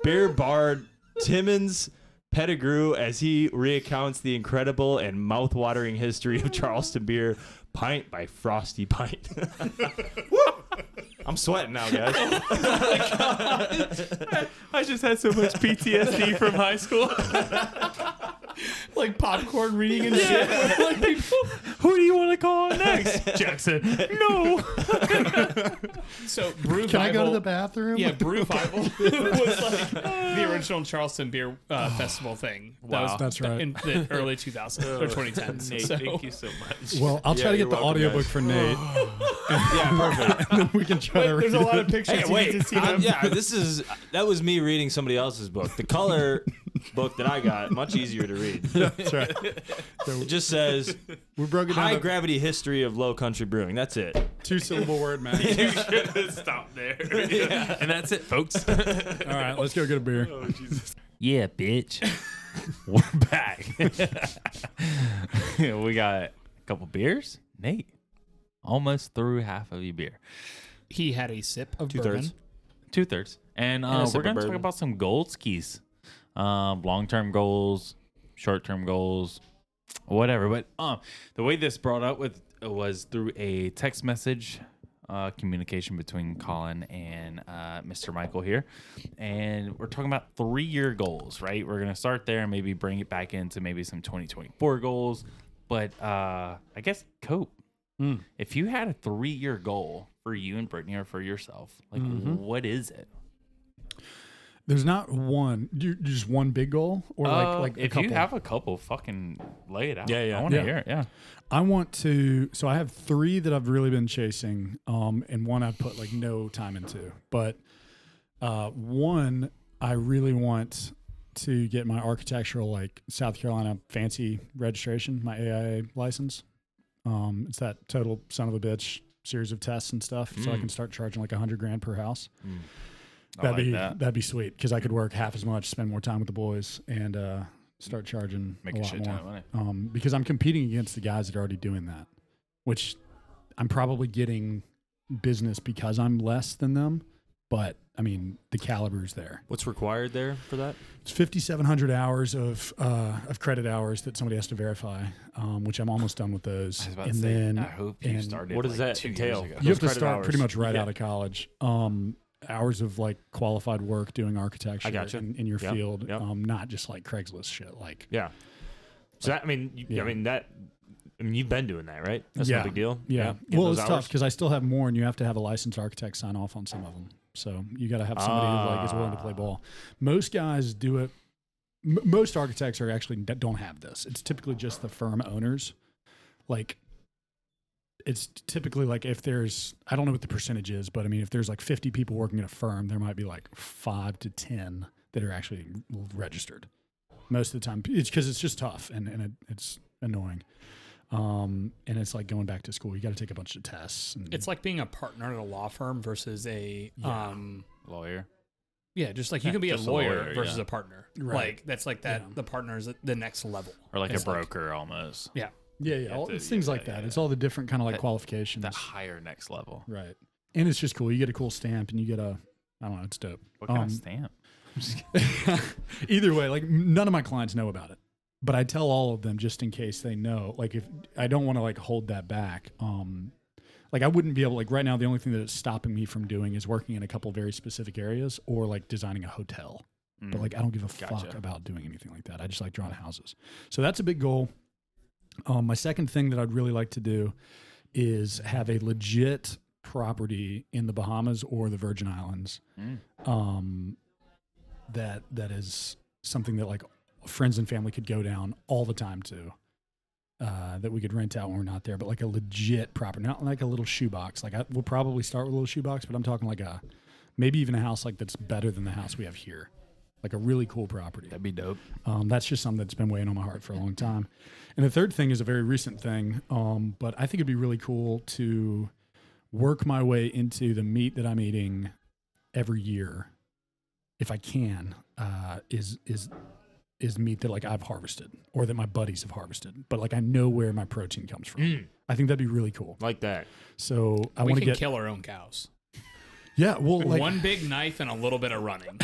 beer bard Timmons Pettigrew as he recounts the incredible and mouth-watering history of Charleston beer, pint by frosty pint. [LAUGHS] I'm sweating now, guys.
I just had so much PTSD from high school.
like popcorn reading and shit [LAUGHS] like people.
Who do you want to call
Oh,
next?
[LAUGHS]
Jackson. No.
so brew
Can I go to the bathroom?
yeah brewvival [LAUGHS] was like the original Charleston beer uh, festival thing that was
Wow.
That's right.
in the early 2000s or 2010s
[LAUGHS]
so
so
much.
Well, I'll try to
you're
get the
welcome,
audiobook
guys.
for
[LAUGHS]
Nate.
Yeah, perfect.
and then we can try to read
there's a
it.
lot of pictures
Hey,
you need to
wait.
see
I'm-
them.
yeah, this is that was me reading somebody else's book.
[LAUGHS]
The color book that I got much easier to read.
That's right.
It just says
We broke it down
high
to
gravity history of low country brewing. That's it.
two syllable word
[LAUGHS]
match.
Stop there. And that's it, folks. [LAUGHS]
All right, let's go get a beer.
Yeah,
[LAUGHS]
bitch.
We're back. [LAUGHS] we got a couple beers. Nate almost through half of your beer,
he had a sip of
Two-thirds.
bourbon
two thirds. And
a
uh,
sip
we're
of
going to talk
bourbon.
about some gold skis, um, long term goals, short term goals, whatever. But um, the way this brought up with was through a text message uh, communication between Colin and uh, Mr. Michael here, and we're talking about three year goals, right? We're gonna start there and maybe bring it back into maybe some 2024 goals, But uh, I guess cope.
Mm.
If you had a three year goal for you and Brittany or for yourself, like what is it?
There's not one, you, just one big goal or like
Uh,
like a
if
couple.
you have a couple, fucking lay it out.
Yeah, yeah.
I want to
Yeah.
hear it. Yeah.
I want to. So I have three that I've really been chasing, um, and one I've put like no time into. But uh, one I really want to get my architectural like South Carolina fancy registration, my AIA license. Um, it's that total son of a bitch series of tests and stuff, so
Hmm.
I can start charging like a hundred grand per house.
I
That'd
like
be
that.
would be sweet because I could work half as much, spend more time with the boys, and uh, start charging
Make
a
a
lot
shit
more
ton of money.
um, because I'm competing against the guys that are already doing that, which I'm probably getting business because I'm less than them. But I mean, the caliber's there.
What's required there for that?
It's 5,700 hours of uh, of credit hours that somebody has to verify, um, which I'm almost done with those.
I was about
and
to say,
then
I hope you
and
started.
What does
like,
that
two years
entail?
ago.
you have to
those credit
start pretty
hours.
much right
Yeah.
out of college. Um, hours of like qualified work doing architecture
gotcha.
in, in your
Yep,
field,
yep.
Um, not just like Craigslist shit. Like
Yeah. So that, I mean, you,
Yeah.
I mean that. I mean, you've been doing that, right? That's
Yeah.
no big deal.
Yeah.
Get
Well,
those
it's
hours.
tough because I still have more, and you have to have a licensed architect sign off on some of them. So you got to have somebody who like is willing to play
Ah.
ball. Most guys do it. M- most architects are actually d- don't have this. It's typically just the firm owners. Like, it's typically like if there's I don't know what the percentage is, but I mean if there's like 50 people working at a firm, there might be like five to 10 that are actually registered. Most of the time, it's because it's just tough and and it, it's annoying. Um, and it's like going back to school. You got to take a bunch of tests. And
It's like being a partner at a law firm versus a
Yeah.
um
Lawyer.
yeah, just like you
Yeah,
can be a
just a
lawyer,
lawyer,
versus
yeah.
a partner.
Right.
Like that's like that
Yeah.
the partner is at the next level.
Or like
It's
a broker almost.
Yeah.
yeah, yeah,
have
all,
to-
it's things
yeah,
like that.
yeah,
It's all the different kind of like
That-
qualifications,
That higher next level.
right? And it's just cool. You get a cool stamp, and you get a I don't know. It's dope.
What kind
Um,
of stamp?
[LAUGHS] Either way, like none of my clients know about it, but I tell all of them just in case they know. Like if I don't want to like hold that back. Um, like I wouldn't be able like right now. The only thing that is stopping me from doing is working in a couple very specific areas or like designing a hotel. but
Mm.
like I don't give a fuck
Gotcha.
about doing anything like that. I just like drawing houses. So that's a big goal. Um, my second thing that I'd really like to do is have a legit property in the Bahamas or the Virgin Islands.
Mm.
Um, that that is something that like friends and family could go down all the time to. Uh, that we could rent out when we're not there, but like a legit property, not like a little shoebox. Like I, we'll probably start with a little shoebox, but I'm talking like a maybe even a house like that's better than the house we have here like a really cool property.
That'd be dope.
Um, that's just something that's been weighing on my heart for a long time. And the third thing is a very recent thing, um, but I think it'd be really cool to work my way into the meat that I'm eating every year, if I can. Uh, is is is meat that like I've harvested or that my buddies have harvested, but like I know where my protein comes from. I think that'd be really cool.
like that.
So I
Mm. we
want to
can
get
kill our own cows.
yeah, well, like
One big knife and a little bit
[LAUGHS]
of running.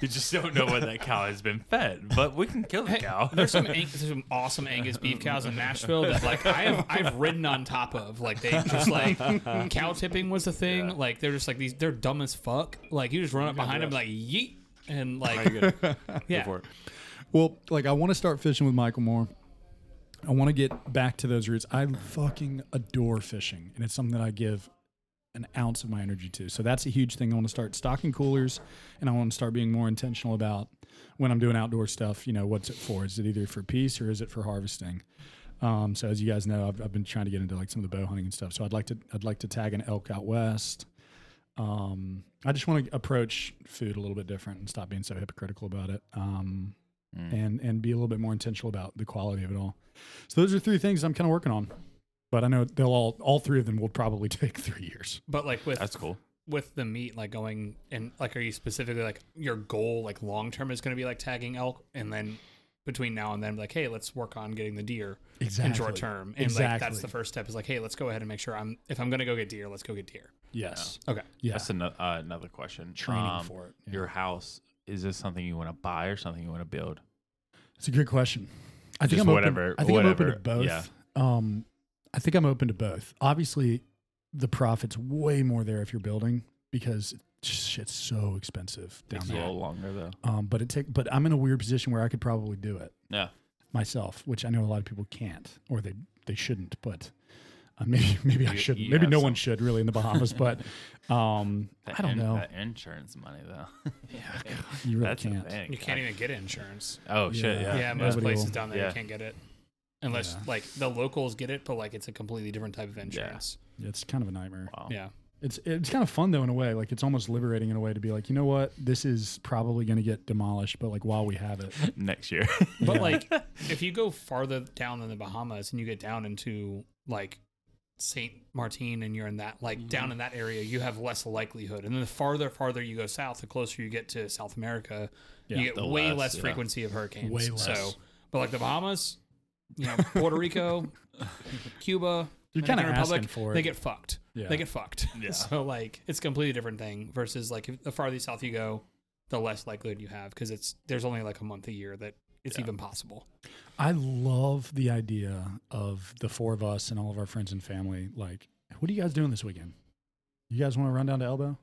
You just don't know what that cow has been fed, but we can kill the cow.
There's some, Ang- there's some awesome Angus beef cows in Nashville that like I have I've ridden on top of like they
[LAUGHS]
just like cow tipping was a thing like they're just like these they're dumb as fuck like you just run up behind them like yeet and like yeah
for it.
Well, like I want to start fishing with Michael more. I want to get back to those roots. I fucking adore fishing, and it's something that I give an ounce of my energy to. So that's a huge thing. I want to start stocking coolers, and I want to start being more intentional about when I'm doing outdoor stuff. You know, what's it for? Is it either for peace or is it for harvesting? Um, so as you guys know, I've, I've been trying to get into like some of the bow hunting and stuff. So I'd like to I'd like to tag an elk out west. Um, I just want to approach food a little bit different and stop being so hypocritical about it. Um,
Mm-hmm.
and and be a little bit more intentional about the quality of it all. So those are three things I'm kind of working on. But I know they'll all all three of them will probably [LAUGHS] take three years.
but like with
That's cool.
with the meat like going and like are you specifically like your goal like long term is going to be like tagging elk and then between now and then like hey let's work on getting the deer in short term and like that's
Exactly.
the first step is like hey let's go ahead and make sure i'm if i'm going to go get deer let's go get deer
Yes.
okay
Yeah.
That's another uh, another question.
Training
Um,
for it. yeah.
Your house is this something you want to buy or something you want to build?
It's a good question. I think
Just
I'm
whatever-
Open, I think I'm
whatever,
open to both.
yeah.
Um, I think I'm open to both. Obviously, the profit's way more there if you're building because shit's so expensive down
Takes a
there.
little longer though.
Um, but it take, but I'm in a weird position where I could probably do it
Yeah.
myself, which I know a lot of people can't or they they shouldn't. But uh, maybe [LAUGHS] maybe I
You-
shouldn't.
you
Maybe
have
no one
some.
should really in the Bahamas.
[LAUGHS]
but um,
That
I don't
in-
know.
That insurance money though. yeah,
You really
that's
can't.
the thing.
You can't even get insurance.
Oh shit!
Yeah.
Yeah.
Yeah, most
nobody
places
will.
down there
Yeah.
you can't get it. Unless
Yeah.
like the locals get it, but like it's a completely different type of insurance.
It's kind of a nightmare.
Wow.
Yeah.
It's it's kind of fun though in a way. Like it's almost liberating in a way to be like, you know what, this is probably going to get demolished, but like while we have it,
Next year.
[LAUGHS] But
Yeah. [LAUGHS]
like if you go farther down than the Bahamas and you get down into like Saint Martin and you're in that
Mm-hmm.
like down in that area, you have less likelihood. And then the farther farther you go south, the closer you get to South America,
Yeah,
you get
the
way less,
less, yeah.
frequency of hurricanes.
Way less.
So but like the Bahamas, you know, Puerto Rico,
[LAUGHS]
Cuba,
You're kinda
Dominican Republic,
asking for
They
it.
get fucked.
Yeah.
They get fucked. [LAUGHS] So like it's a completely different thing versus like if the farther south you go, the less likelihood you have because it's there's only like a month a year that it's even possible.
I love the idea of the four of us and all of our friends and family. Like, what are you guys doing this weekend? You guys want to run down to Elbow?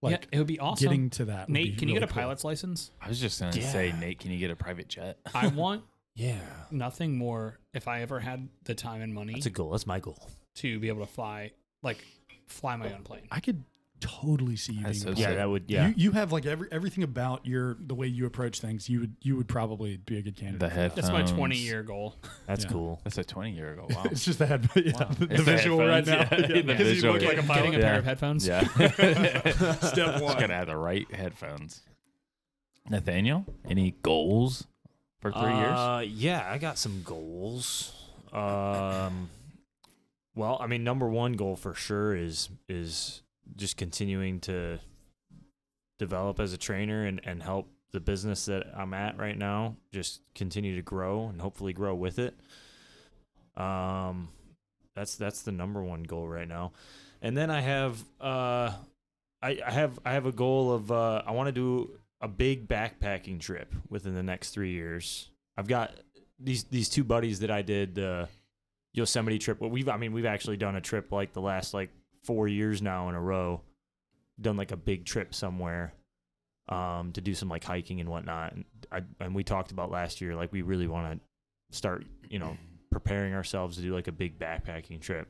Like,
yeah, it would be awesome.
getting to that. would
Nate,
be
can you
really
get a
cool.
pilot's license?
I was just gonna say, Nate, can you get a private jet?
[LAUGHS] I want
Yeah,
nothing more if I ever had the time and money
that's a goal. That's my goal.
to be able to fly like fly my own plane.
I could totally see you
That's
being. a
so
pilot.
sick.
that would.
You, you have like every everything about your the way you approach things. You would you would probably be a good candidate.
The
for that.
head.
That's my
Phones.
20 year [LAUGHS] goal.
that's
Yeah.
cool.
That's a twenty year ago. Wow.
[LAUGHS] It's just the head, yeah,
Wow.
the, the
It's the
visual right now.
headphones,
[LAUGHS] Yeah,
yeah. The
because you
visual,
look
yeah.
[LAUGHS]
like a pilot.
Getting a pair
Yeah.
of headphones.
yeah.
Step
Just gotta have the right headphones. Nathaniel, any goals for three years?
Uh, yeah, I got some goals. Um, well, I mean, number one goal for sure is is just continuing to develop as a trainer and and help the business that I'm at right now just continue to grow and hopefully grow with it. Um, that's that's the number one goal right now, and then I have uh, I, I have I have a goal of uh, I want to do a big backpacking trip within the next three years. I've got these these two buddies that I did the Yosemite trip. Well, we've I mean we've actually done a trip like the last like four years now in a row. Done like a big trip somewhere um, to do some like hiking and whatnot. And I and we talked about last year like we really want to start you know preparing ourselves to do like a big backpacking trip.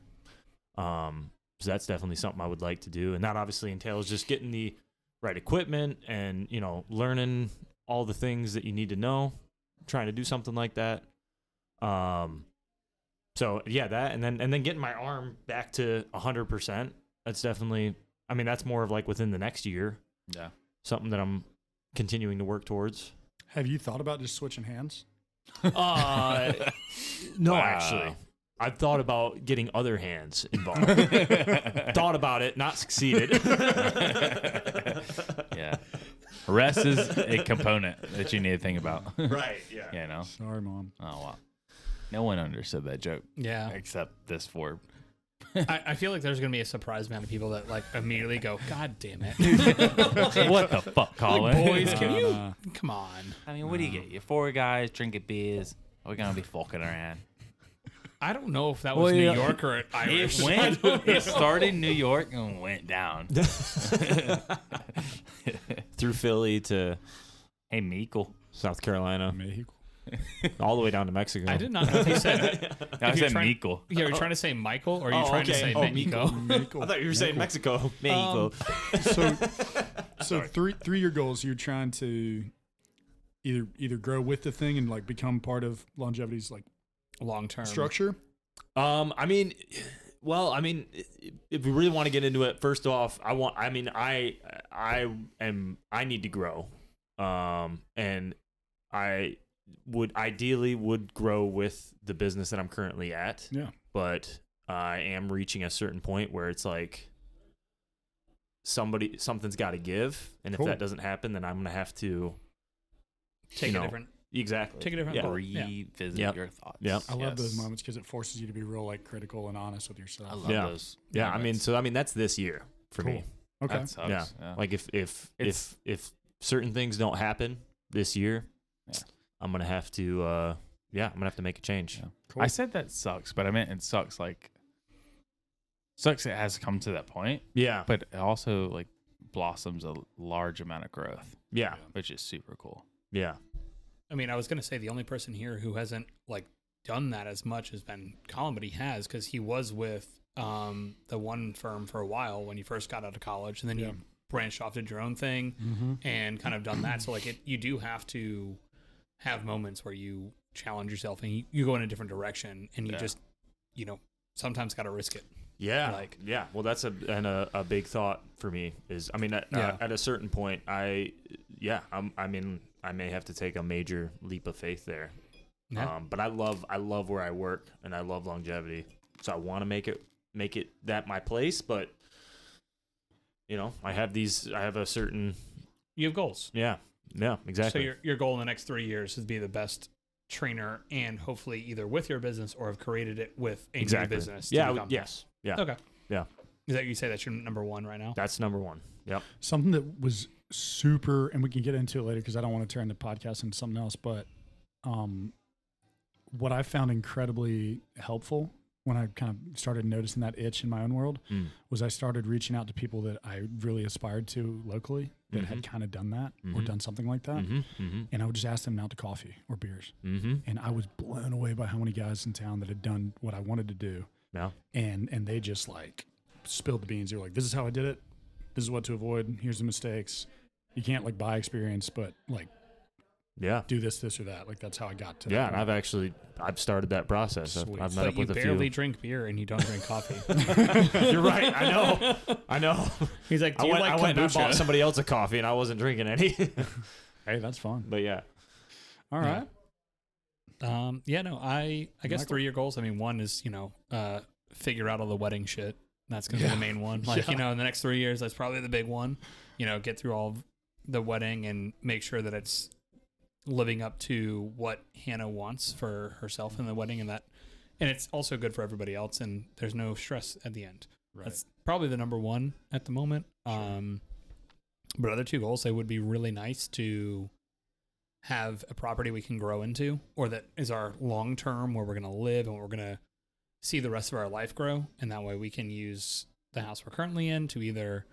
Um, so that's definitely something I would like to do, and that obviously entails just getting the right equipment and you know learning all the things that you need to know, trying to do something like that. Um, so yeah, that and then and then getting my arm back to hundred percent. That's definitely. I mean, that's more of like within the next year,
yeah.
something that I'm continuing to work towards.
Have you thought about just switching hands?
[LAUGHS] Uh, no,
Wow.
actually, I've thought about getting other hands [LAUGHS] involved. thought about it, not succeeded.
yeah. Rest is a component that you need to think about.
[LAUGHS]
[LAUGHS]
right. Yeah.
you know.
Sorry, mom.
Oh wow. No one understood that joke
Yeah.
except this four.
I, I feel like there's going to be a surprise amount of people that like immediately go, God damn it.
what the fuck, Colin?
Boys, can you? Come on.
I mean, what do you get? You four guys drinking beers. We're gonna be fucking around.
I don't know if that was New
yeah.
York or Irish.
It went. [LAUGHS] It started in New York and went down.
Through Philly to
hey, Meekle.
South Carolina,
Mexico.
all the way down to Mexico.
I did not know if you [LAUGHS] said.
No, I
If you're
said
trying-
Meekle.
Yeah, are you trying to say Michael or are you
Oh,
trying to
okay.
say
Oh,
Mexico? [LAUGHS]
I thought you were saying [LAUGHS] Mexico.
Mexico. [LAUGHS]
so, so three three year goals. You're trying to either either grow with the thing and like become part of longevity's like
Long term.
structure.
Um, I mean, well, I mean, if we really want to get into it, first off, I want. I mean, I, I am. I need to grow. Um, and I would ideally would grow with the business that I'm currently at.
Yeah.
But I am reaching a certain point where it's like somebody something's got to give, and
Cool.
if that doesn't happen, then I'm gonna have to
Take
You
a
know.
different.
exactly
Take a different
Yeah.
route.
Revisit
Yep.
your thoughts.
Yep.
I love those
Yes.
moments because it forces you to be real like critical and honest with yourself.
I love
Yeah.
those.
Yeah, I mean,
moments.
so I mean that's this year for
Cool.
me.
okay.
that sucks.
Yeah.
yeah.
Like if if
It's-
if if certain things don't happen this year,
Yeah.
I'm gonna have to uh yeah, I'm gonna have to make a change.
Yeah.
Cool.
I said that sucks, but I meant it sucks. Like, sucks. It has come to that point,
Yeah.
but it also like blossoms a large amount of growth,
Yeah.
which is super cool.
Yeah.
I mean, I was gonna say the only person here who hasn't like done that as much has been Colin, but he has because he was with um the one firm for a while when you first got out of college, and then
Yeah.
you branched off did your own thing and kind of done that. So [CLEARS THROAT] like, it, you do have to have moments where you challenge yourself and you, you go in a different direction, and you
Yeah.
just you know sometimes got to risk it.
Yeah,
Like-
yeah. Well, that's a and a, a big thought for me is I mean at,
Yeah.
at a certain point I yeah I'm, I mean I may have to take a major leap of faith there.
Yeah.
Um, but I love I love where I work and I love longevity, so I want to make it make it that my place. But you know I have these I have a certain
You have goals.
yeah yeah exactly
So your your goal in the next three years is to be the best trainer and hopefully either with your business or have created it with a
exactly
new business. to
yeah I would-
become.
yes yeah
Okay.
Yeah.
Is that you say that's your number one right now?
that's number one yep
Something that was super, and we can get into it later because I don't want to turn the podcast into something else. But um, what I found incredibly helpful when I kind of started noticing that itch in my own world
Mm.
was I started reaching out to people that I really aspired to locally that had kind of done that or
Mhm.
done something like that.
mm-hmm
[LAUGHS]
mm-hmm
And I would just ask them out to coffee or beers.
mm-hmm
and I was blown away by how many guys in town that had done what I wanted to do,
yeah
and and they just like spilled the beans. They were like, "This is how I did it. This is what to avoid. Here's the mistakes. You can't like buy experience, but like
yeah
do this, this, or that. Like that's how I got to." that
Yeah, and
point.
I've actually I've started that process. I've,
Sweet.
I've met
But
up
you
with a
barely
few.
drink beer and you don't drink
[LAUGHS]
coffee.
You're right. I know. I
[LAUGHS]
know.
He's like,
I
do you
went,
like
I went and I bought
kombucha?
somebody else a coffee, and I wasn't drinking any. [LAUGHS]
hey, that's fun.
but yeah,
All
Yeah.
right,
Um, yeah, no, I I guess
Michael?
three year goals. I mean, one is you know uh, figure out all the wedding shit. That's gonna be the main one. Like you know, in the next three years, that's probably the big one. You know, get through all of the wedding and make sure that it's living up to what Hannah wants for herself in the wedding, and that, and it's also good for everybody else. And there's no stress at the end. That's probably the number one at the moment. Um, but other two goals, they would be really nice to have a property we can grow into or that is our long term where we're going to live and we're going to see the rest of our life grow. And that way we can use the house we're currently in to either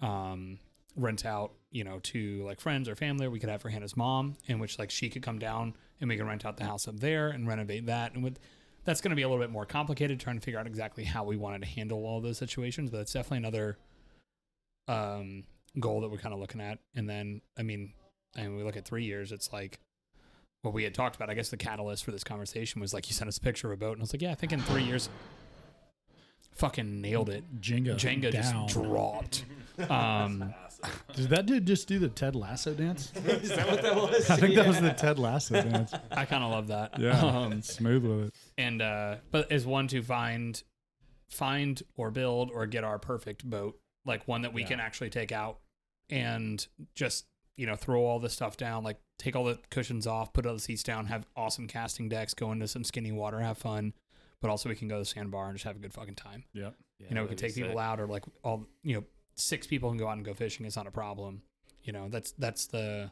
um, rent out, you know, to like friends or family. Or we could have for Hannah's mom, in which like she could come down and we can rent out the house up there and renovate that. And with that's going to be a little bit more complicated trying to figure out exactly how we wanted to handle all those situations. But it's definitely another um, goal that we're kind of looking at. And then, I mean, I mean, we look at three years, it's like what we had talked about. I guess the catalyst for this conversation was like you sent us a picture of a boat, and I was like, yeah, I think in three years, fucking nailed it.
Jenga.
Jenga
down.
just dropped. Um,
Did that dude just do the Ted Lasso dance?
is that
[LAUGHS]
what that was?
I think that was the Ted Lasso dance.
I kind of love that.
Yeah.
Um,
Smooth with it.
and uh, but is one to find, find or build or get our perfect boat, like one that we can actually take out and just you know throw all the stuff down, like take all the cushions off, put all the seats down, have awesome casting decks, go into some skinny water, have fun. But also, we can go to the sandbar and just have a good fucking time.
Yep.
you know, we can take people out, or like all you know, six people can go out and go fishing. It's not a problem. You know, that's that's the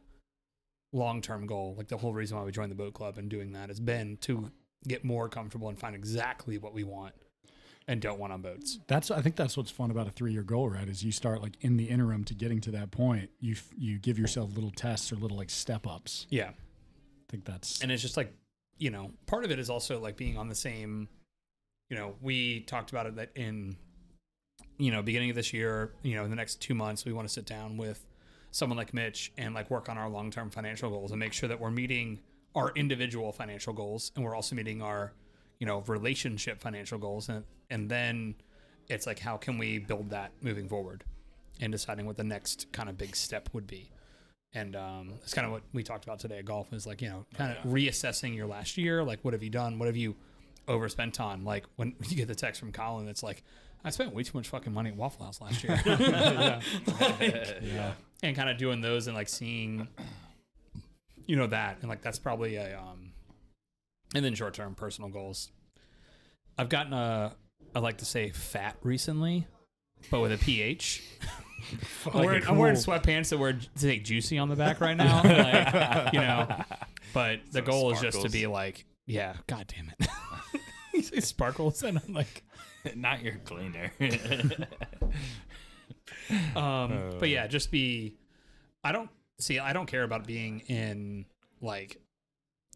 long term goal. Like the whole reason why we joined the boat club and doing that has been to get more comfortable and find exactly what we want and don't want on boats.
That's I think that's what's fun about a three year goal, right? Is you start like in the interim to getting to that point, you f- you give yourself little tests or little like step ups.
Yeah,
I think that's
and it's just like you know, part of it is also like being on the same. You know, we talked about it that in you know beginning of this year, you know, in the next two months, we want to sit down with someone like Mitch and like work on our long term financial goals and make sure that we're meeting our individual financial goals and we're also meeting our you know relationship financial goals and and then it's like how can we build that moving forward and deciding what the next kind of big step would be and um it's kind of what we talked about today at golf is like you know kind of reassessing your last year like what have you done what have you overspent on like when [LAUGHS] you get the text from colin that's like i spent way too much fucking money at waffle house last year Like, and kind of doing those and like seeing you know that and like that's probably a um and then short term personal goals i've gotten a i like to say fat recently but with a ph I'm, wearing, I'm wearing sweatpants that were say juicy on the back right now like, you know but the goal is just to be like yeah god damn it [LAUGHS] you say sparkles and i'm like
[LAUGHS] Not your cleaner.
Um, but yeah, just be. I don't see. I don't care about being in like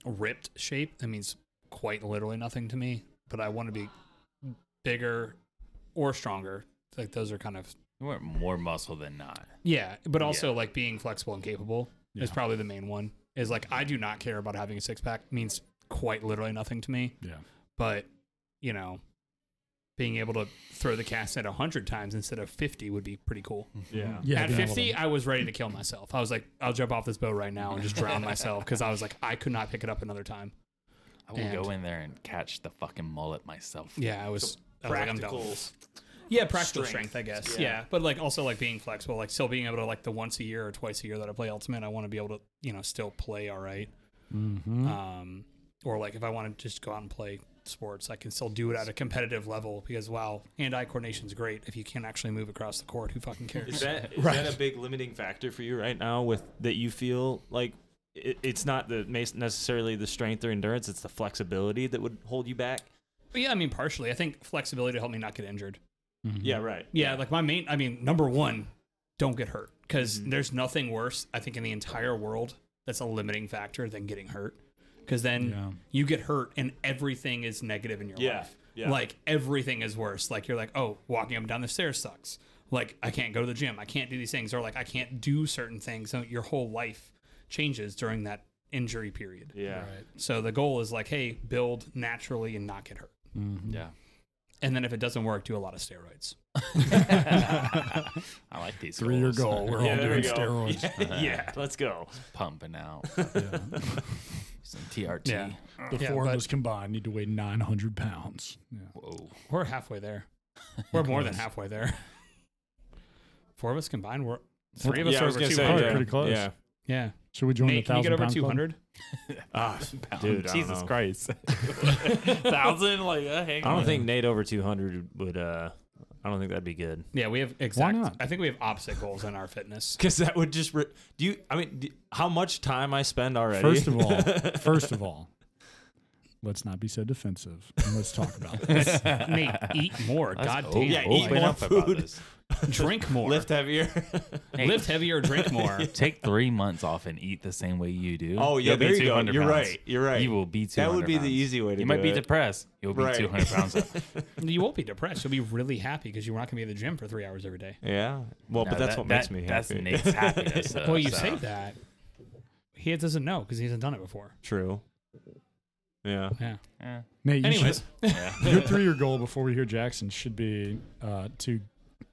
ripped shape. That means quite literally nothing to me. But I want to be bigger or stronger. Like those are kind of
You want more muscle than not.
yeah. But also like being flexible and capable is
Yeah.
probably the main one. Is like I do not care about having a six pack. Means quite literally nothing to me.
Yeah.
But you know. Being able to throw the cast at 100 times instead of 50 would be pretty cool.
Yeah.
Yeah.
At
being able
50,
to-
I was ready to kill myself. I was like, I'll jump off this boat right now and just drown myself because I was like, I could not pick it up another time.
I will
And-
go in there and catch the fucking mullet myself.
Yeah, I was. I was like, I'm done.
Practical.
yeah, practical
strength,
strength, I guess.
yeah.
Yeah. but like also like being flexible, like still being able to like the once a year or twice a year that I play ultimate, I want to be able to you know still play all right. Um, or like if I want to just go out and play sports, I can still do it at a competitive level because wow, hand eye coordination's great. If you can't actually move across the court, who fucking cares?
Is that is
Right.
that a big limiting factor for you right now? With that you feel like it, it's not the mas- necessarily the strength or endurance; it's the flexibility that would hold you back.
But yeah, I mean partially. I think flexibility helped me not get injured.
Yeah, right.
yeah, like my main, I mean, number one, don't get hurt because
Mm-hmm.
there's nothing worse, I think, in the entire world that's a limiting factor than getting hurt. Because then
Yeah.
you get hurt and everything is negative in your
Yeah,
life.
yeah.
Like everything is worse. Like you're like, oh, walking up and down the stairs sucks. Like I can't go to the gym. I can't do these things. Or like I can't do certain things. So your whole life changes during that injury period.
Yeah,
So the goal is like, hey, build naturally and not get hurt.
Yeah.
And then if it doesn't work, do a lot of steroids.
[LAUGHS] I like these.
Three year
goals.
goal. We're
yeah.
all
There we
doing
go.
steroids.
[LAUGHS] Yeah, yeah, let's go.
Pumping out
Yeah.
some TRT.
Yeah.
The
Yeah,
four
but-
of us combined need to weigh 900 pounds. Yeah.
Whoa.
We're halfway
[LAUGHS]
there. We're more than halfway there. Four of us combined, we're three of us
yeah,
are
I was
over
gonna
two
say,
hundred.
yeah,
Pretty close.
Yeah,
Yeah.
Should we join
Nate,
the
can you
thousand
get over
pound
two
club?
hundred?
ah, dude, I don't
Jesus
know. [LAUGHS]
Christ. Thousand? Like, uh, hang
I
on.
don't think Nate over two hundred would. uh I don't think that'd be good.
Yeah, we have exact.
not?
I think we have opposite goals in
[LAUGHS]
[LAUGHS]
our fitness.
Because that would just re- do you. I mean, d how much time I spend already?
First of all, first of all, let's not be so defensive and let's talk about this.
Nate, eat more. God
Oh,
damn.
Yeah,
it.
eat more food.
drink
[LAUGHS]
more.
lift
lift,
heavier.
heavier.
[LAUGHS]
Drink more.
Take three months off and eat the same way you do.
Oh, yeah,
You'll be
there you go.
200
You're
pounds.
right. You're right.
You will be 200
That would be the
pounds.
easy way to
You
do
might be
it.
depressed. You'll be
Right. [LAUGHS]
200 pounds. up.
you won't be depressed. You'll be really happy because you're not going to be at the gym for three hours every day.
yeah. Well,
No,
but that's
that-
what makes
that-
me
That's
happy.
Nate's [LAUGHS] happiness. though,
well, you
so.
say that. He doesn't know because he hasn't done it before.
True. Yeah.
Yeah.
Yeah.
Nate, you should-
Anyways,
[LAUGHS] your three year goal before we hear Jackson should be uh, to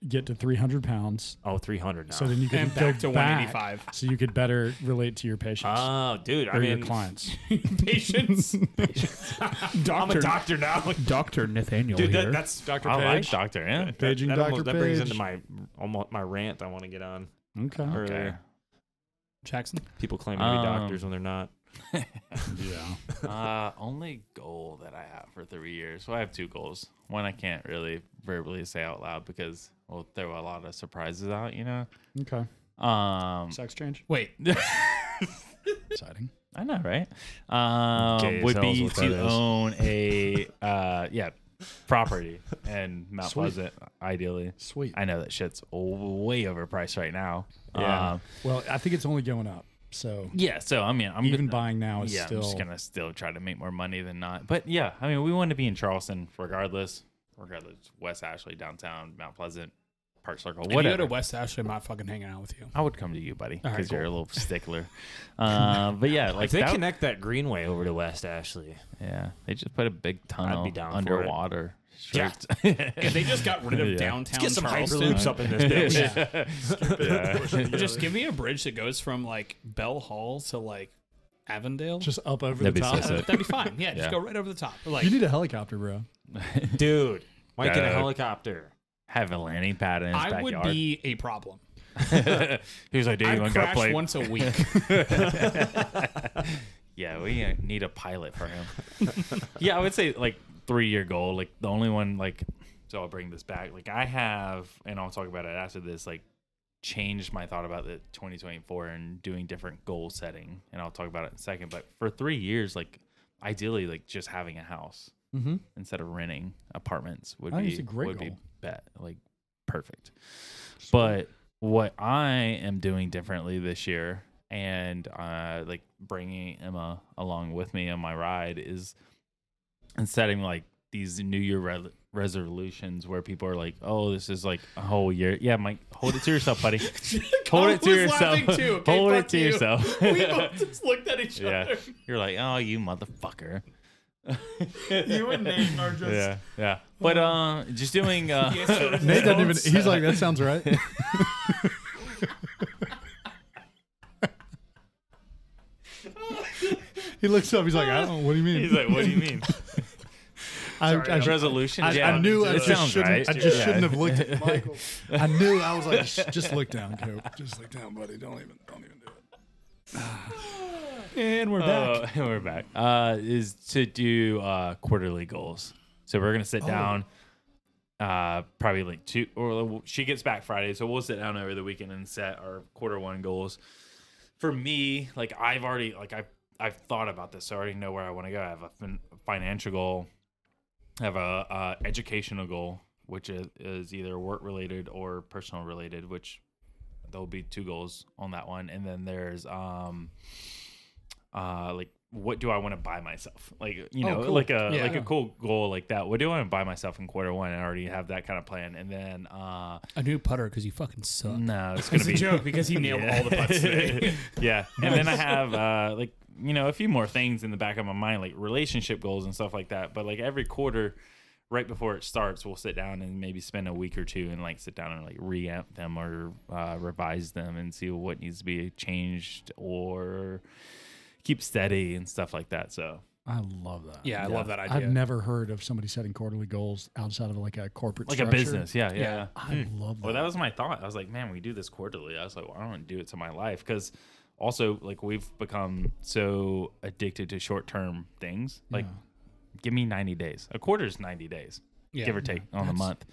get to 300 pounds
Oh, 300 now.
so then you can
And
go
back to 185.
so you could better relate to your patients
oh, dude. I
or
mean,
your
[LAUGHS]
clients. [LAUGHS]
patience.
I'm a doctor now.
Doctor Nathaniel
Dude,
here.
that, that's Dr.
I like
Page.
Dr. M.
That-
Paging
that,
Dr.
almost- that brings
Page.
into my almost my rant I want to get on
Okay.
Okay.
earlier.
Jackson.
People claiming to be
Um,
doctors when they're not.
Yeah.
uh, only goal that I have for three years. Well, I have two goals. One I can't really verbally say out loud because we'll throw a lot of surprises out, you know.
Okay.
Um,
Sex change.
Wait,
Exciting.
I know, right? Um,
Okay,
would
tell us
be
what that
to
is.
own
[LAUGHS]
a uh, yeah property in Mount
Sweet.
Pleasant, ideally.
Sweet.
I know that shit's way overpriced right now.
Yeah.
Um,
Well, I think it's only going up. So
yeah. So I mean, I'm
even
gonna-
buying now is
yeah,
still.
I'm just gonna still try to make more money than not. But yeah, I mean, we want to be in Charleston regardless, regardless West Ashley, downtown, Mount Pleasant, Park Circle,
if you go
whatever.
to West Ashley, I'm not fucking hanging out with you.
I would come to you, buddy,
All right,
because you're a
cool. [LAUGHS]
little stickler. uh, but yeah, like
If they
that,
connect that greenway over to West Ashley.
yeah, they just put a big tunnel
down for it.
underwater.
Yeah.
[LAUGHS] straight-
If they just got
[LAUGHS]
rid of
Yeah.
downtown
Get some
Charleston,
hyperloops up in this bitch.
[LAUGHS]
Yeah. [LAUGHS]
yeah.
just give me a bridge that goes from like Bell Hall to like Avondale.
just up over
That'd
the
be
top.
so sick.
That'd be fine. Yeah,
Yeah.
just go right over the top. Like,
You need a helicopter, bro.
Dude, Mike in a
Dude.
helicopter.
[LAUGHS] Have a landing pad in his
I would
backyard.
be a problem.
[LAUGHS] he was like, "Dude,
I
you want to go
crash
play?"
once a week. [LAUGHS]
Yeah, we uh, need a pilot for him.
[LAUGHS]
[LAUGHS] yeah, I would say like three year goal. Like the only one like so I'll bring this back. Like I have and I'll talk about it after this, like changed my thought about the twenty twenty four and doing different goal setting and I'll talk about it in a second. But for three years, like ideally like just having a house
Mm-hmm.
instead of renting apartments would
I think
be
it's a great
would be
goal.
bet like perfect. But what I am doing differently this year and uh, like bringing Emma along with me on my ride is and setting like these New Year re- resolutions where people are like, "Oh, this is like a whole year." Yeah, Mike, hold it to yourself, [LAUGHS] buddy. [LAUGHS] hold it to
was
yourself.
laughing too,
[LAUGHS]
okay?
hold it
Fuck
to
you.
yourself.
[LAUGHS] we both just looked at each
[LAUGHS] yeah,
other.
you're like, "Oh, you motherfucker."
You and Nate are just.
yeah, yeah. But um, just doing. [LAUGHS] Uh,
Nate doesn't even. He's like, that sounds
[LAUGHS]
right. he looks up. He's like, I don't. What do you mean?
he's like, "What do
[LAUGHS]
you mean?"
I, I,
resolution.
I,
yeah,
I knew I
it
just
sounds
shouldn't.
right.
I just
Yeah.
shouldn't have looked at Michael. [LAUGHS] I knew. I was like, "Sh- just look down, Cope. Just look down, buddy. Don't even. Don't even do it. [SIGHS] and we're back.
Uh, [LAUGHS] we're back. Uh, is to do uh, quarterly goals. So we're gonna sit
Oh.
down. Uh, probably like two, or she gets back Friday, so we'll sit down over the weekend and set our quarter one goals. For me, like I've already like I have I've thought about this. So I already know where I want to go. I have a fin- financial goal. I have a uh, educational goal, which is, is either work related or personal related. Which there'll be two goals on that one, and then there's um uh like what do I want to buy myself? Like
Oh,
you know,
cool.
like a like
Yeah.
a cool goal like that. What do I want to buy myself in quarter one? I already have that kind of plan. And then uh
A new putter because you fucking suck.
no, it's gonna
It's a
be
joke because he nailed all the putts today.
[LAUGHS] yeah. And then I have uh like you know, a few more things in the back of my mind, like relationship goals and stuff like that. But like every quarter right before it starts, we'll sit down and maybe spend a week or two and like sit down and like reamp them or uh, revise them and see what needs to be changed or keep steady and stuff like that. So
I love that.
[LAUGHS]
[LAUGHS]
Yeah, I love that idea.
I've never heard of somebody setting quarterly goals outside of like a corporate,
like a
structure.
business, yeah, yeah.
Yeah.
I love that.
Well, that was my thought. I was like, man, we do this quarterly. I was like, well, I don't want to do it to my life because also like we've become so addicted to short term things. Like, give me ninety days. A quarter is ninety days,
Yeah.
give or take, on a month.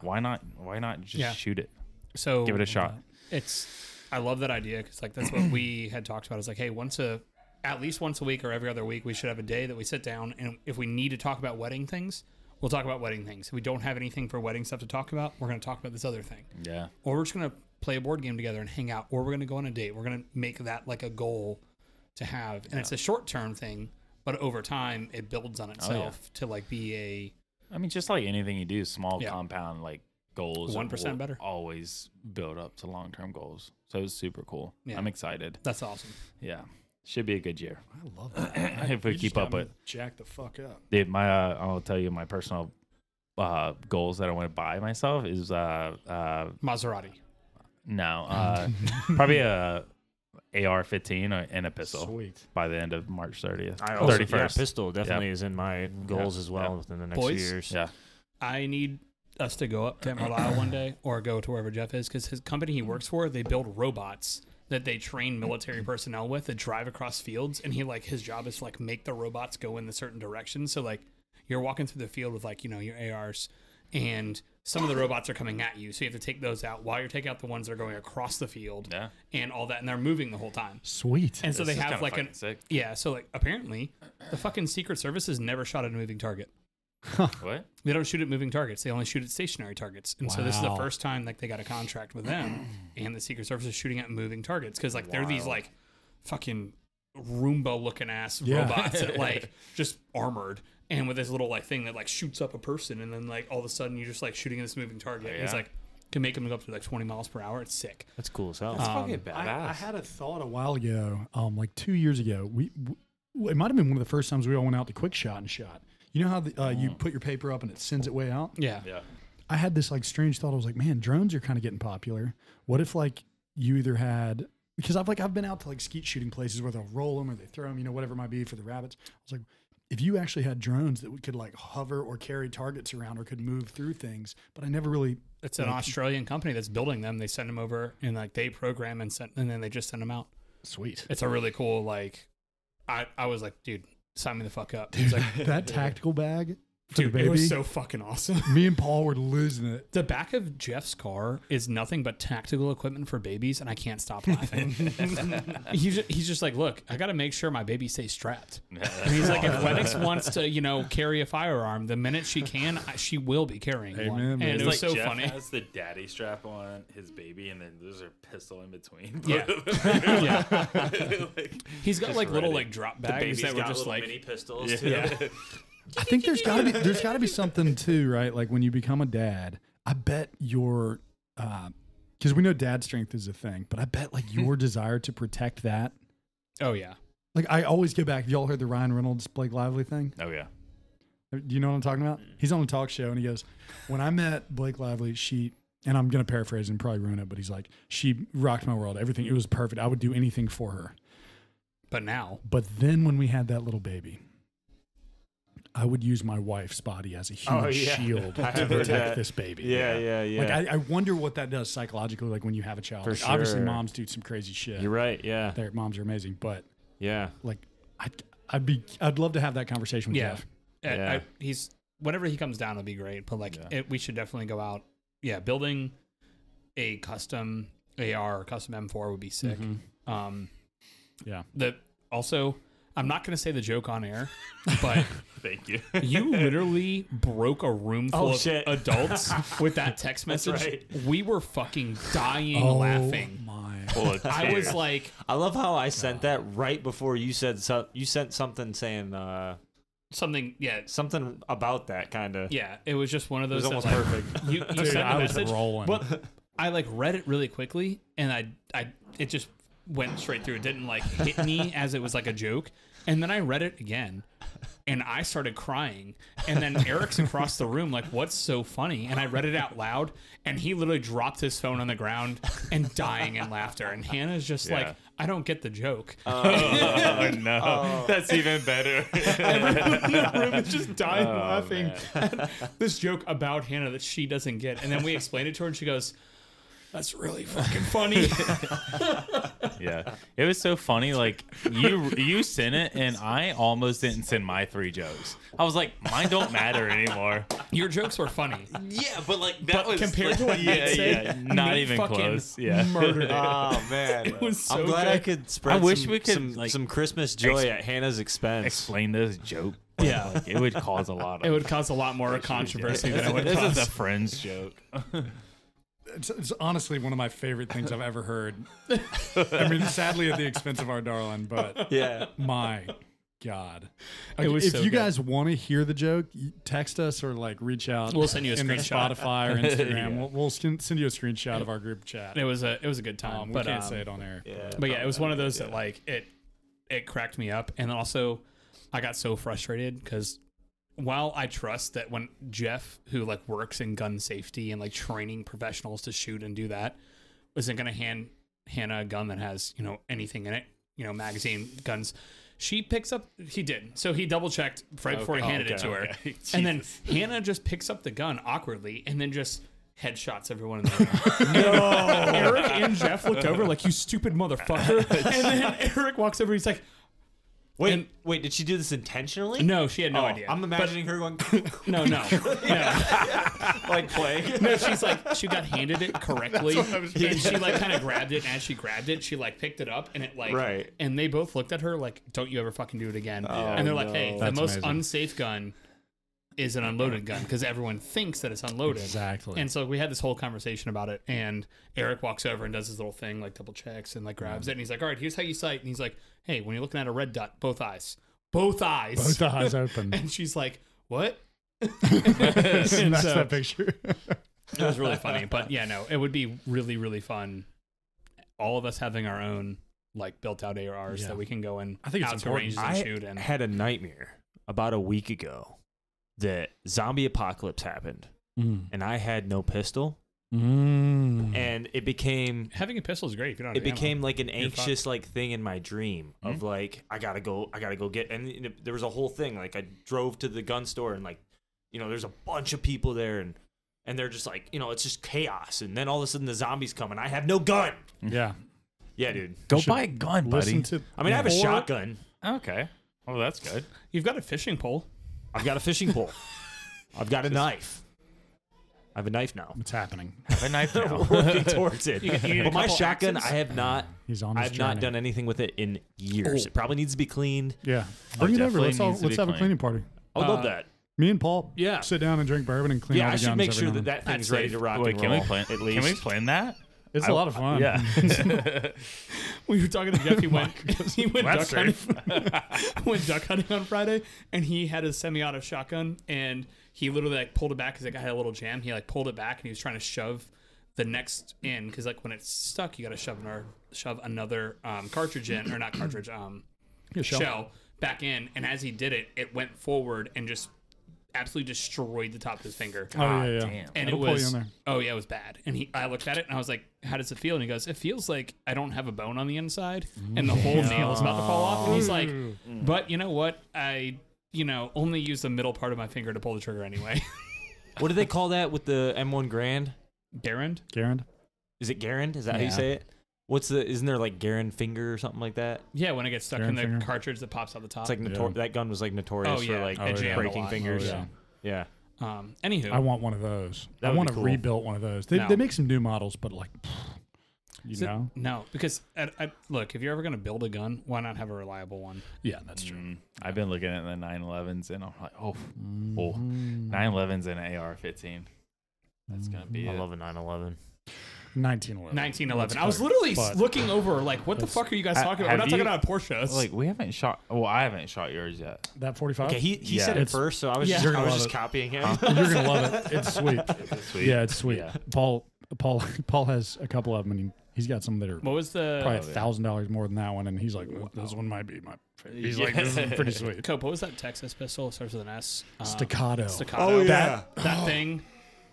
Why not? Why not just
Yeah.
shoot it?
So
Give it a shot.
It's I love that idea because like that's what we had talked about. Is like, hey, once a at least once a week or every other week, we should have a day that we sit down and if we need to talk about wedding things, we'll talk about wedding things. If we don't have anything for wedding stuff to talk about, we're going to talk about this other thing,
Yeah.
or we're just going to play a board game together and hang out, or we're going to go on a date. We're going to make that like a goal to have, and it's a short term thing, but over time it builds on itself to like be a
I mean, just like anything you do, small
Yeah.
compound like goals,
1%
will
better.
always build up to long term goals. So it's super cool.
Yeah.
I'm excited.
that's awesome.
Yeah, should be a good
[CLEARS THROAT]
year
I love that.
if we
You just
keep
got
up
me
with.
jack the fuck up.
Dude, my uh, I'll tell you my personal uh, goals that I want to buy myself is uh, uh,
Maserati.
no
[LAUGHS]
uh, probably a AR-15 or- and a pistol
Sweet.
by the end of March
[LAUGHS]
30th,
I also-
31st.
Yeah, pistol definitely is in my goals
Yeah,
as well
yeah.
within the next
Boys?
few years.
Yeah.
I need us to go up to Carlisle one day or go to wherever Jeff is because his company he works for, they build robots that they train military personnel with that drive across fields. And he, like, his job is to, like, make the robots go in a certain direction. So, like, you're walking through the field with, like, you know, your ARs and some of the robots are coming at you. So you have to take those out while you're taking out the ones that are going across the field
Yeah.
and all that. And they're moving the whole time.
Sweet.
And so
This is
they have,
kinda
like, an.
fucking
[LAUGHS]
sick.
Yeah. So, like, apparently the fucking Secret Service has never shot at a moving target. [LAUGHS]
What?
They don't shoot at moving targets. They only shoot at stationary targets. And so this is the
Wow.
first time like they got a contract with them, and the Secret Service is shooting at moving targets because like they're these like fucking Roomba looking ass
Yeah.
robots that like just armored and with this little like thing that like shoots up a person, and then like all of a sudden you're just like shooting at this moving target. And it's
Yeah.
like can make them go up to like 20 miles per hour. It's sick.
That's cool as hell.
fucking
I, I had a thought a while ago, um, like two years ago. We, w it might have been one of the first times we all went out to quick shot and shot. You know how the, uh, you
Mm.
put your paper up and it sends it way out.
Yeah.
yeah.
I had this like strange thought. I was like, man, drones are kind of getting popular. What if like you either had because I've like I've been out to like skeet shooting places where they'll roll them or they throw them, you know, whatever it might be for the rabbits. I was like, if you actually had drones that could like hover or carry targets around or could move through things, but I never really
It's an Australian company that's building them. They send them over and like they program and send, and then they just send them out.
sweet.
It's a really
[LAUGHS]
cool like. I I was like, dude, sign me the fuck up. It's like
That tactical bag the
Dude, it was
baby?
so fucking awesome. [LAUGHS]
Me and Paul were losing it.
The back of Jeff's car is nothing but tactical equipment for babies, and I can't stop [LAUGHS] laughing. he's, ju- he's just like, look, I got to make sure my baby stays strapped. And he's like, if [LAUGHS] Lennox wants to, you know, carry a firearm, the minute she can, I, she will be carrying one.
Amen,
And
man.
it
It's
was so
Jeff
funny.
has the daddy strap on his baby, and then there's a pistol in between.
Yeah. [LAUGHS] yeah. He's got
Just
like little
ready.
like drop bags that were just like
pistols
too.
yeah.
I think there's got to be there's got to be something too, right? Like when you become a dad, I bet your because we know dad strength is a thing, but I bet like your desire to protect that.
Oh yeah.
Like I always go back. Have y'all heard the Ryan Reynolds Blake Lively thing?
Oh yeah.
Do you know what I'm talking about? He's on a talk show and he goes, When I met Blake Lively, she, and I'm going to paraphrase and probably ruin it, but he's like, She rocked my world. Everything, it was perfect. I would do anything for her.
But now,
But then when we had that little baby, I would use my wife's body as a human
Oh, yeah.
shield
[LAUGHS] I
to
have heard that.
protect this baby.
[LAUGHS] Yeah, yeah, yeah.
Like, I, I wonder what that does psychologically, like when you have a child.
For
Like, Obviously,
sure.
moms do some crazy shit.
You're right. Yeah.
Their moms are amazing, but
Yeah.
like, I'd, I'd be, I'd love to have that conversation with
yeah,
Jeff.
I-
Yeah.
I, he's whenever he comes down, it'll be great. But like, it, we should definitely go out. Yeah, building a custom AR, or custom M4 would be sick.
Mm-hmm.
Um,
Yeah.
the also, I'm not gonna say the joke
[LAUGHS]
on air, but
Thank you.
you literally broke a room full
Oh,
of
shit. [LAUGHS]
adults with that text message.
right.
We were fucking dying laughing.
Oh,
[LAUGHS]
my.
I was like,
I love how I sent that right before you said so, you sent something saying uh,
something. Yeah,
something about that kind of.
yeah. It was just one of
It
those.
was almost
that, like,
perfect.
You, you sent a
I was
message,
rolling.
But I like read it really quickly, and I, I, it just went straight through. It didn't like
[LAUGHS]
hit me as it was like a joke, and then I read it again, and I started crying. And then Eric's across the room, like, "What's so funny?" And I read it out loud, and he literally dropped his phone on the ground and dying in laughter. And Hannah's just
Yeah.
like, "I don't get the joke." [LAUGHS]
oh [LAUGHS] no,
uh,
that's even better.
Everyone in the room
[LAUGHS]
is just dying laughing
Oh, man.
at this joke about Hannah that she doesn't get. And then we explain it to her, and she goes, "That's really fucking funny."
yeah, it was so funny. Like you, you sent it, and I almost didn't send my three jokes. I was like, mine don't matter anymore.
Your jokes were funny.
Yeah, but like that
But compared to what
yeah,
Nate said,
yeah, not
Nate
even
fucking
close. Yeah, [LAUGHS]
murdered it.
[LAUGHS] Oh man, it
was so
I'm glad I
good.
could spread.
I wish
some,
we could,
some,
like,
some Christmas joy at Hannah's expense.
explain this joke.
Yeah.
Like, it would cause a lot of.
It would cause a lot more controversy than it would
this
cause.
is a friend's joke.
It's, it's honestly one of my favorite things I've ever heard. I mean, sadly at the expense of our darling, but
Yeah.
my God.
It was
if
so
you
good.
guys want to hear the joke, y- text us or like reach out.
We'll send you a
in the
screenshot.
Spotify
[LAUGHS]
or Instagram. We'll, we'll skin- send you a screenshot of our group chat.
it was a it was a good time.
Um, we
but
can't
um,
say it on air.
Yeah.
but yeah, it was one of those that like it it cracked me up, and also I got so frustrated because while I trust that when Jeff, who like works in gun safety and like training professionals to shoot and do that, isn't going to hand Hannah a gun that has you know anything in it, you know magazine guns. She picks up. He did. So he double checked right before he handed it to her, and then Hannah just picks up the gun awkwardly, and then just headshots everyone in the room.
Oh.
Eric and Jeff looked over like you
[LAUGHS]
stupid motherfucker, and then Eric walks over. He's like,
Wait,
and-
wait. Did she do this intentionally?
"No, she had no
Oh,
idea."
I'm imagining her going [LAUGHS]
But- no, no, no,
like [LAUGHS] playing.
no. She's like, she got handed it correctly, and she like kind of grabbed it. And as she grabbed it, she like picked it up, and it like,
Right. Oh,
And they both looked at her like, "Don't you ever fucking do it again." and they're like,
no.
"Hey, the
That's
most
amazing.
unsafe gun." Is an unloaded gun because everyone thinks that it's unloaded.
Exactly.
And so we had this whole conversation about it, and Eric walks over and does his little thing, like double checks and like grabs it, and he's like, "All right, here's how you sight." And he's like, "Hey, when you're looking at a red dot, both eyes, both eyes."
Both the eyes open.
[LAUGHS] and she's like, "What?"
[LAUGHS] Smash
so-
that
[LAUGHS]
picture.
It
[LAUGHS]
was
[LAUGHS]
really funny, but yeah, no, it would be really, really fun. All of us having our own like built-out ARs
Yeah.
that we can go in
I think it's
out to
important.
ranges and
I
shoot. And
had a nightmare about a week ago that zombie apocalypse happened, and I had no pistol, and it became
having a pistol is great. If you don't,
Mm-hmm. it
have Mm-hmm. ammo.
became like an
fucked. Mm-hmm.
anxious like thing in my dream of like I gotta go, I gotta go get, and it- there was a whole thing like I drove to the gun store and like you know there's a bunch of people there and and they're just like you know it's just chaos, and then all of a sudden the zombies come and I have no gun.
Yeah.
Yeah, dude.
Go buy a gun, buddy.
Listen to.
I mean, I have a
Or-
shotgun.
okay. Oh, that's good.
you've got a fishing pole.
I've got a fishing pole. I've got a knife. I have a knife now.
What's happening?
[LAUGHS]
a knife now.
Working towards it.
get- you get a
But my
couple
shotgun,
axes?
I have not.
He's on his
I've not
journey.
done anything with it in years. It probably needs to be cleaned.
Yeah, bring it over.
definitely
Let's all,
needs to
let's
be
have a
cleaned.
cleaning party.
I would love that.
Me and Paul.
Yeah.
Sit down and drink bourbon and clean
Yeah,
all
I
the
should
guns
make
every
sure
now
that
and then.
that thing's ready
safe.
to rock
Wait,
and
can
roll.
we plan?
at least
Can [LAUGHS] we plan that?
It's a lot of fun.
Yeah.
We were talking to
[LAUGHS]
Jeff. He went, [LAUGHS] he went duck
Webster.
hunting. went duck hunting [LAUGHS] on Friday, and he had his semi-auto shotgun, and he literally like pulled it back because it had a little jam. He like pulled it back, and he was trying to shove the next in because like when it's stuck, you got to shove another shove another um, cartridge in or not cartridge um shell. back in. And as he did it, it went forward and just absolutely destroyed the top of his finger.
Oh yeah, yeah.
damn.
And
It'll pull
it
you
was
in there.
oh yeah, it was bad. And he, I looked at it and I was like, "How does it feel?" And he goes, "It feels like I don't have a bone on the inside, and the whole nail is about to fall off." And he's like,
Mm.
"But you know what? I, you know, only use the middle part of my finger to pull the trigger anyway." [LAUGHS]
What do they call that with the M1 Grand?
Garand,
Garand.
Is it Garand? Is that how you
Yeah.
say it? What's the? Isn't there like Garand finger or something like that?
yeah, when it gets stuck in
Garand
the
finger.
cartridge that pops out the
It's
top.
like notor- that gun was like notorious
Oh, yeah.
for like
It jammed a
breaking
lot.
fingers.
Oh,
yeah.
yeah.
um, anywho,
I want one of those.
That
I
would
want
be
to
cool.
rebuild one of those. They,
No.
they make some new models, but like, you
So-
know.
no, because I, I, look, if you're ever gonna build a gun, why not have a reliable one?
Yeah, that's true. Mm.
Mm, I've been looking at the 911s and I'm like, oh,
Mm-hmm.
oh 911s and AR 15. That's going to be
I
it.
love a 911.
1911.
1911.
That's
I was
hard.
literally
But-
looking over, like, what the fuck are you guys
I-
talking about? We're
have
not
you-
talking about Porsches.
Like, we haven't shot. Well, I haven't shot yours yet.
That 45.
Okay, he, he
Yeah.
said it
Oh, It's-
first, so I was
Yeah.
just,
You're
I
gonna
was
love
just
it.
copying him.
[LAUGHS] You're gonna love it. It's sweet.
Sweet.
Yeah, it's sweet.
Yeah.
Paul Paul [LAUGHS] Paul has a couple of them, and he, he's got some that are
what was the
probably a thousand dollars more than that one, and he's like, "Well, this one might be
[LAUGHS]
my. Favorite. He's like, this is pretty sweet.
Cope, what was that Texas pistol? It starts with an S. Uh,
Staccato.
Staccato.
Oh, yeah.
That, that thing.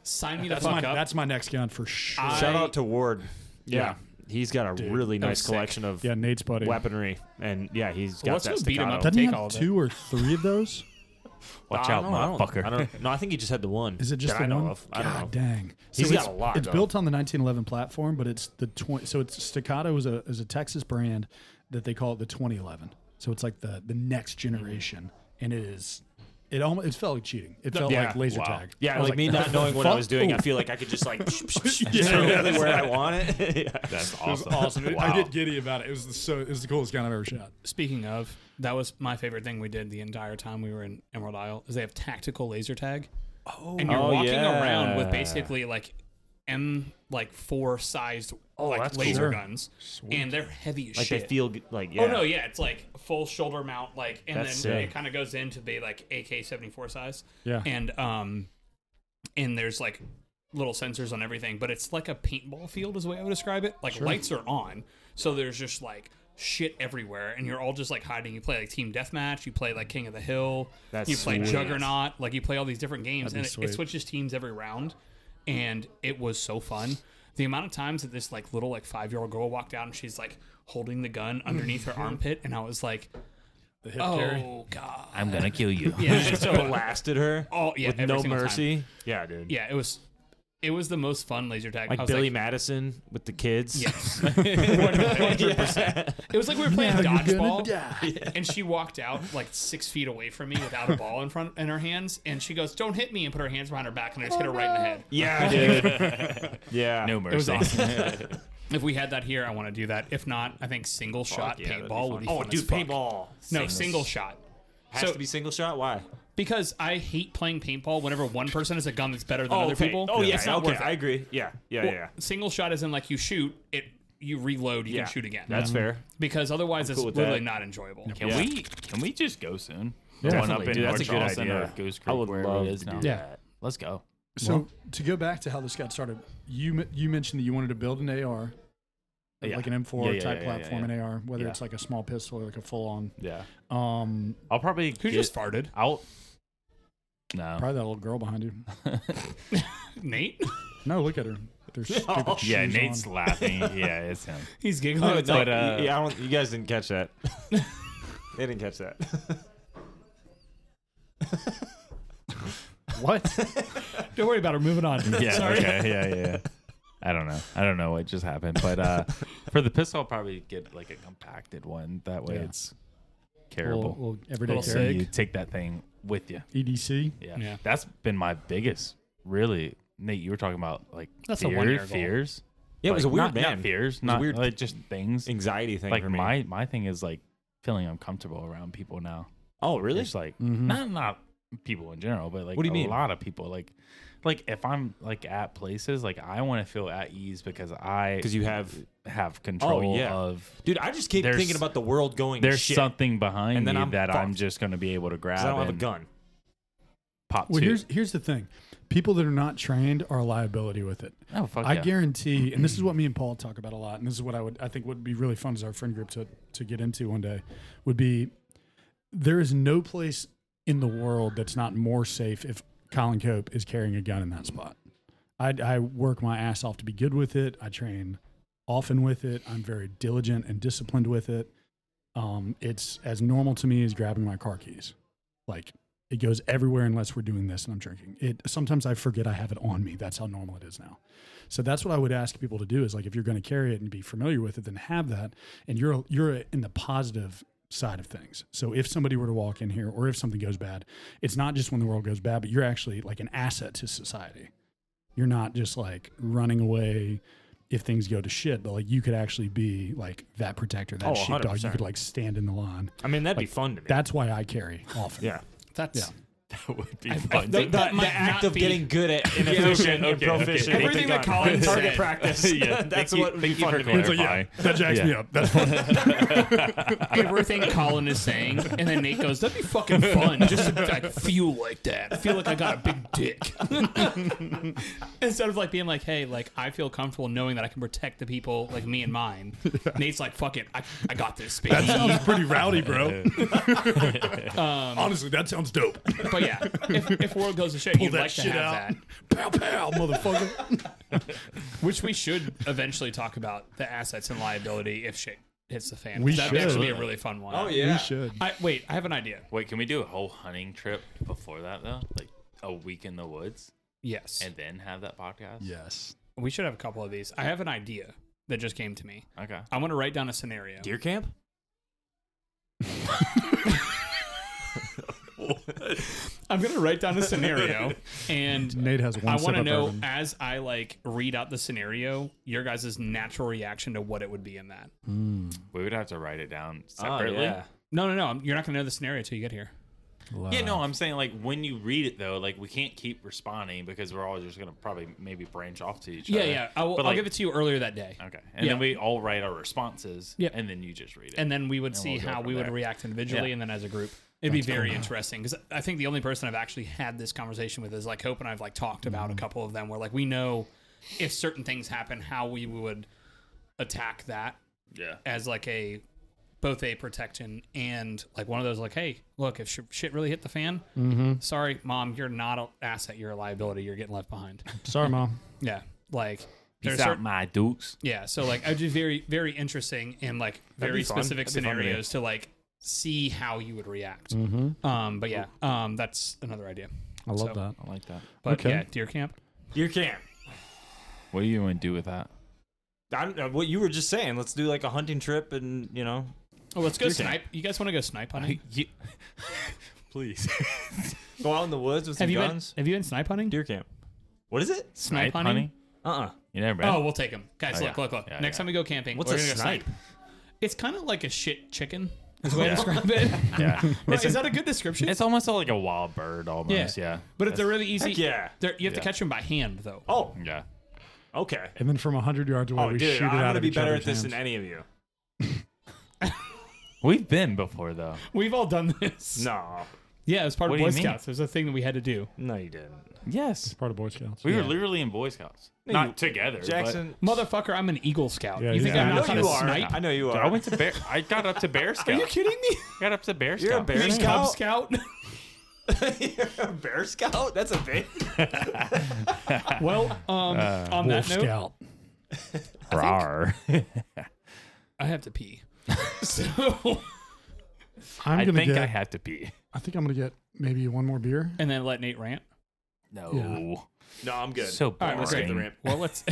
Sign me the
That's
fuck
my
up.
that's my next gun for sure.
I-
Shout out to Ward. Yeah, he's got a really
that was
nice
sick.
collection of
yeah, Nate's buddy.
weaponry, and yeah, he's got
Let's
that
go beat him
staccato.
up.
Doesn't he
Take all
have
of it.
two or three of those?
Watch
I
out,
don't know, I don't-
motherfucker.
I don't, no, I think he just had the one.
Is it just
that
the
I know
one?
of. I don't
God
know.
dang,
He's
it's-
got a lot,
It's
though.
built on the 1911 platform, but it's the 20. So it's Staccato is a is a Texas brand that they call it the 2011. So it's like the the next
Mm-hmm.
generation, and it is. It almost it felt like cheating. It felt
Yeah.
like laser
Wow.
tag. I
Yeah,
was
like, me not knowing what I
fuck?
was doing,
Ooh.
I feel like I could just like throw it where I want it. yeah.
That's
[LAUGHS]
awesome.
awesome.
Wow.
I get giddy about it. It was the, so it was the coolest gun I've ever shot.
Speaking of, that was my favorite thing we did the entire time we were in Emerald Isle. Is they have tactical laser tag. Oh. And you're
Oh,
walking
yeah.
around with basically like M like four sized like
that's
laser
cool.
guns, and they're heavy as
Like
shit.
they feel g- like yeah.
Oh no, yeah, it's like full shoulder mount, like, and
That's
then
sick.
it kind of goes into the like AK seventy four size.
Yeah.
and um, and there's like little sensors on everything, but it's like a paintball field is the way I would describe it. Like lights are on, so there's just like shit everywhere, and you're all just like hiding. You play like team deathmatch, you play like King of the Hill,
That's
you play
sweet.
Juggernaut, like you play all these different
That'd
games,
be
and it, it
sweet.
switches teams every round, and it was so fun. The amount of times that this like little like five year old girl walked out and she's like holding the gun
[LAUGHS]
underneath her armpit, and I was like,
The hip
oh
carry. [LAUGHS]
god,
I'm gonna kill
[LAUGHS]
you.
yeah, so
[LAUGHS] blasted her
oh yeah,
with
every
no
single time.
mercy. Yeah, dude.
Yeah, it was, it was the most fun laser tag. I
Like
was
Billy
like,
Madison with the
[LAUGHS]
kids.
yes, [LAUGHS] 100%. It was like we were playing dodgeball.
[LAUGHS]
and she walked out like six feet away from me without a ball in front in her hands, and she goes, "Don't hit me!" and put her hands behind her back, and I just hit her right in the head.
[LAUGHS]
[LAUGHS]
Yeah, dude. yeah.
No mercy.
It was awesome. if we had that here, I want to do that. If not, I think single shot
yeah, that'd be
paintball would be
fun. Oh,
fun
dude,
as fuck.
paintball
No, single shot.
has
So-
to be single shot. Why?
Because I hate playing paintball whenever one person has a gun that's better than other
okay.
people.
Oh yeah,
it's not
okay.
worth it.
I agree. Yeah, yeah,
Well,
yeah.
Single shot isn't like you shoot it, you reload, you
Yeah,
can shoot again.
That's fair.
because otherwise it's
cool with
literally
that.
not enjoyable.
Can
Yeah.
we can we just go soon?
Yeah.
The
Definitely, dude, that's a good
Charleston
idea.
or Goose Creek,
I would
wherever
love
it is
to do
now.
Yeah. that.
let's go.
So to go back to how this got started, you m- you mentioned that you wanted to build an AR,
Yeah.
like an M4
Yeah, yeah,
type
yeah, yeah,
platform
yeah.
in AR, whether
Yeah.
it's like a small pistol or like a full on.
Yeah,
Um,
I'll probably
Who
get
just farted?
out. No,
probably that little girl behind you.
Nate? [LAUGHS]
No, look at her.
[LAUGHS]
They're stupid shoes
Oh, yeah, Nate's
on.
laughing. Yeah, it's him.
He's giggling.
Oh,
But, uh,
yeah, I don't, you guys didn't catch [LAUGHS] that. they didn't catch that.
What?
Don't worry about it. Moving on.
[LAUGHS]
[LAUGHS] Yeah,
Sorry.
okay, yeah, yeah. I don't know. I don't know what just happened, but uh, for the pistol, I'll probably get like a compacted one. That way,
Yeah.
it's
Little-
carryable.
little everyday E
Little
carry.
sick.
You take that thing with you.
EDC.
Yeah.
Yeah.
That's been my biggest, really. Nate, you were talking about like
That's a
fear,
one-year goal.
fears.
Yeah, it was
Like,
a weird
not,
man.
Not fears,
a
not
weird-
like just things.
Anxiety thing
Like
for me.
my my thing is like feeling uncomfortable around people now.
oh, really?
Just like
Mhm.
not not people in general, but like
What do you
a
mean?
lot of people. Like like if I'm like at places, like I want to feel at ease because I
Because you have,
have control
yeah.
of
dude. I just keep
There's-
thinking about the world going. to
there's
shit,
something behind
And then
me
I'm
that I'm
fucked.
just gonna be able to grab
'cause I don't have a
and
gun.
pop
Well,
to.
here's here's the thing: people that are not trained are a liability with it.
oh fuck
I
yeah.
guarantee, and this is what me and Paul talk about a lot, and this is what I would I think would be really fun as our friend group to to get into one day would be there is no place in the world that's not more safe if Colin Cope is carrying a gun in that spot. I, I work my ass off to be good with it. I train often with it. I'm very diligent and disciplined with it. Um, it's as normal to me as grabbing my car keys. Like it goes everywhere unless we're doing this and I'm drinking. It sometimes I forget I have it on me. That's how normal it is now. So that's what I would ask people to do is like if you're going to carry it and be familiar with it, then have that. And you're you're in the positive side of things. So if somebody were to walk in here or if something goes bad, it's not just when the world goes bad, but you're actually like an asset to society. You're not just like running away if things go to shit, but like you could actually be like that protector, that
Oh,
sheepdog. You
100%.
could like stand in the line.
I mean, that'd
Like,
be fun to me.
That's why I carry often.
yeah.
That's
Yeah.
that would be
I- I
fun.
The,
think
the,
that
the
might
act
not
of
be-
getting good at inefficient
okay,
and
okay.
proficient. with
Everything
the
that
gun. [LAUGHS]
Colin
target
said.
practice. that's
thank you-
what would be
thank you
fun
for
to me.
clarifying.
yeah, that jacks me
Yeah.
up. That's fun.
everything Colin is saying, and then Nate goes, "That'd be fucking fun, just to like feel like that. I feel like I got a big dick." [LAUGHS] Instead of like being like, "Hey, like I feel comfortable knowing that I can protect the people like me and mine," Nate's like, "Fuck it, I, I got this,
[LAUGHS]
baby."
sounds pretty rowdy, bro. [LAUGHS] Honestly, that sounds dope.
but yeah, if, if world goes to shit, you'd like to have that.
Pow pow, motherfucker.
Which we should eventually talk about the assets and liability if shit hits the fan.
We
That'd actually be
should.
a really fun one.
Oh yeah.
We should.
I, wait, I have an idea.
Wait, can we do a whole hunting trip before that though? Like a week in the woods
Yes.
and then have that podcast?
Yes.
we should have a couple of these. I have an idea that just came to me.
Okay.
I want to write down a scenario.
Deer camp.
I'm gonna write down a scenario, [LAUGHS] and
Nate has one.
I want to
sip of
know
bourbon.
as I like read out the scenario, your guys' natural reaction to what it would be in that.
We would have to write it down
Oh,
separately.
yeah.
No, no, no. I'm- You're not gonna know the scenario till you get here.
Yeah, no, I'm saying like when you read it though, like we can't keep responding because we're all just gonna probably maybe branch off to each
Yeah,
other.
yeah. I will,
But,
I'll
like-
give it to you earlier that day,
Okay. And
Yeah.
then we all write our responses.
Yep.
And then you just read it.
and then we would see
we'll go
how
from
we would
there.
react individually
Yeah.
and then as a group. It'd be very interesting because I think the only person I've actually had this conversation with is like Hope and I've like talked about
Mm-hmm.
a couple of them where like we know if certain things happen how we would attack that
yeah.
as like a both a protection and like one of those like hey look if sh- shit really hit the fan
Mm-hmm.
sorry mom you're not an asset you're a liability you're getting
[LAUGHS]
left behind
Sorry, mom.
yeah like
Peace
there's
out,
certain-
my dukes.
yeah so like i'd be very very interesting in like very
be fun.
specific
That'd be fun to me.
scenarios to like see how you would react
Mm-hmm.
um but yeah um that's another idea
I love
So-
that.
I like that.
but
Okay.
yeah deer camp
Deer camp.
What do you want to do with that?
I don't know what you were just saying. Let's do like a hunting trip, and you know,
oh let's go
Deer camp.
snipe you guys want to go snipe hunting
[LAUGHS]
Please.
go out in the woods with some
have you
guns.
been have you been snipe hunting
Deer camp. What is it?
snipe hunting?
Uh
Uh-uh.
uh
You never
Oh,
been.
we'll take them, guys.
Oh,
look,
yeah.
look, look.
Yeah,
Next
yeah.
time we go camping,
What's
we're
a
gonna go
snipe?
snipe. It's kind of like a shit chicken. Is the way I describe it.
yeah.
[LAUGHS] Right,
It's,
is that a good description?
it's almost like a wild bird almost. Yeah.
But if they're really easy,
Heck yeah.
they're- you have
Yeah.
to catch them by hand, though.
Oh,
Yeah.
okay.
And then from hundred yards away,
Oh,
we
dude,
shoot it
I'm
out
gonna
of
be
each
better
other's
at this
hands.
than any of you.
We've been before though.
We've all done this.
No,
Yeah, it was part
What
of
do
Boy
you mean?
Scouts. It was a thing that we had to do.
no, you didn't.
Yes.
Part of Boy Scouts.
We were
Yeah.
literally in Boy Scouts.
No, you-
Not together. but-
Jackson,
Motherfucker, I'm an Eagle Scout.
Yeah,
you think
yeah.
I'm
I
not
know
gonna
you are.
snipe?
I know you
Dude,
are.
I went to Bear. I got up
[LAUGHS]
to Bear Scout.
Are you kidding me?
Got up to Bear Scout.
You're a Bear
Bear Cub
Scout.
Scout.
You're a [LAUGHS] Bear Scout. That's a thing.
well, um, on that
Wolf
note,
Scout.
Rawr.
I have to pee. So, [LAUGHS]
I'm
I
gonna
think
get.
I have to pee.
I think I'm gonna get maybe one more beer.
and then let Nate rant.
No.
No, I'm good.
So
All right,
boring.
let's skip the ramp.
Well, let's.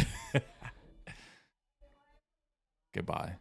Goodbye.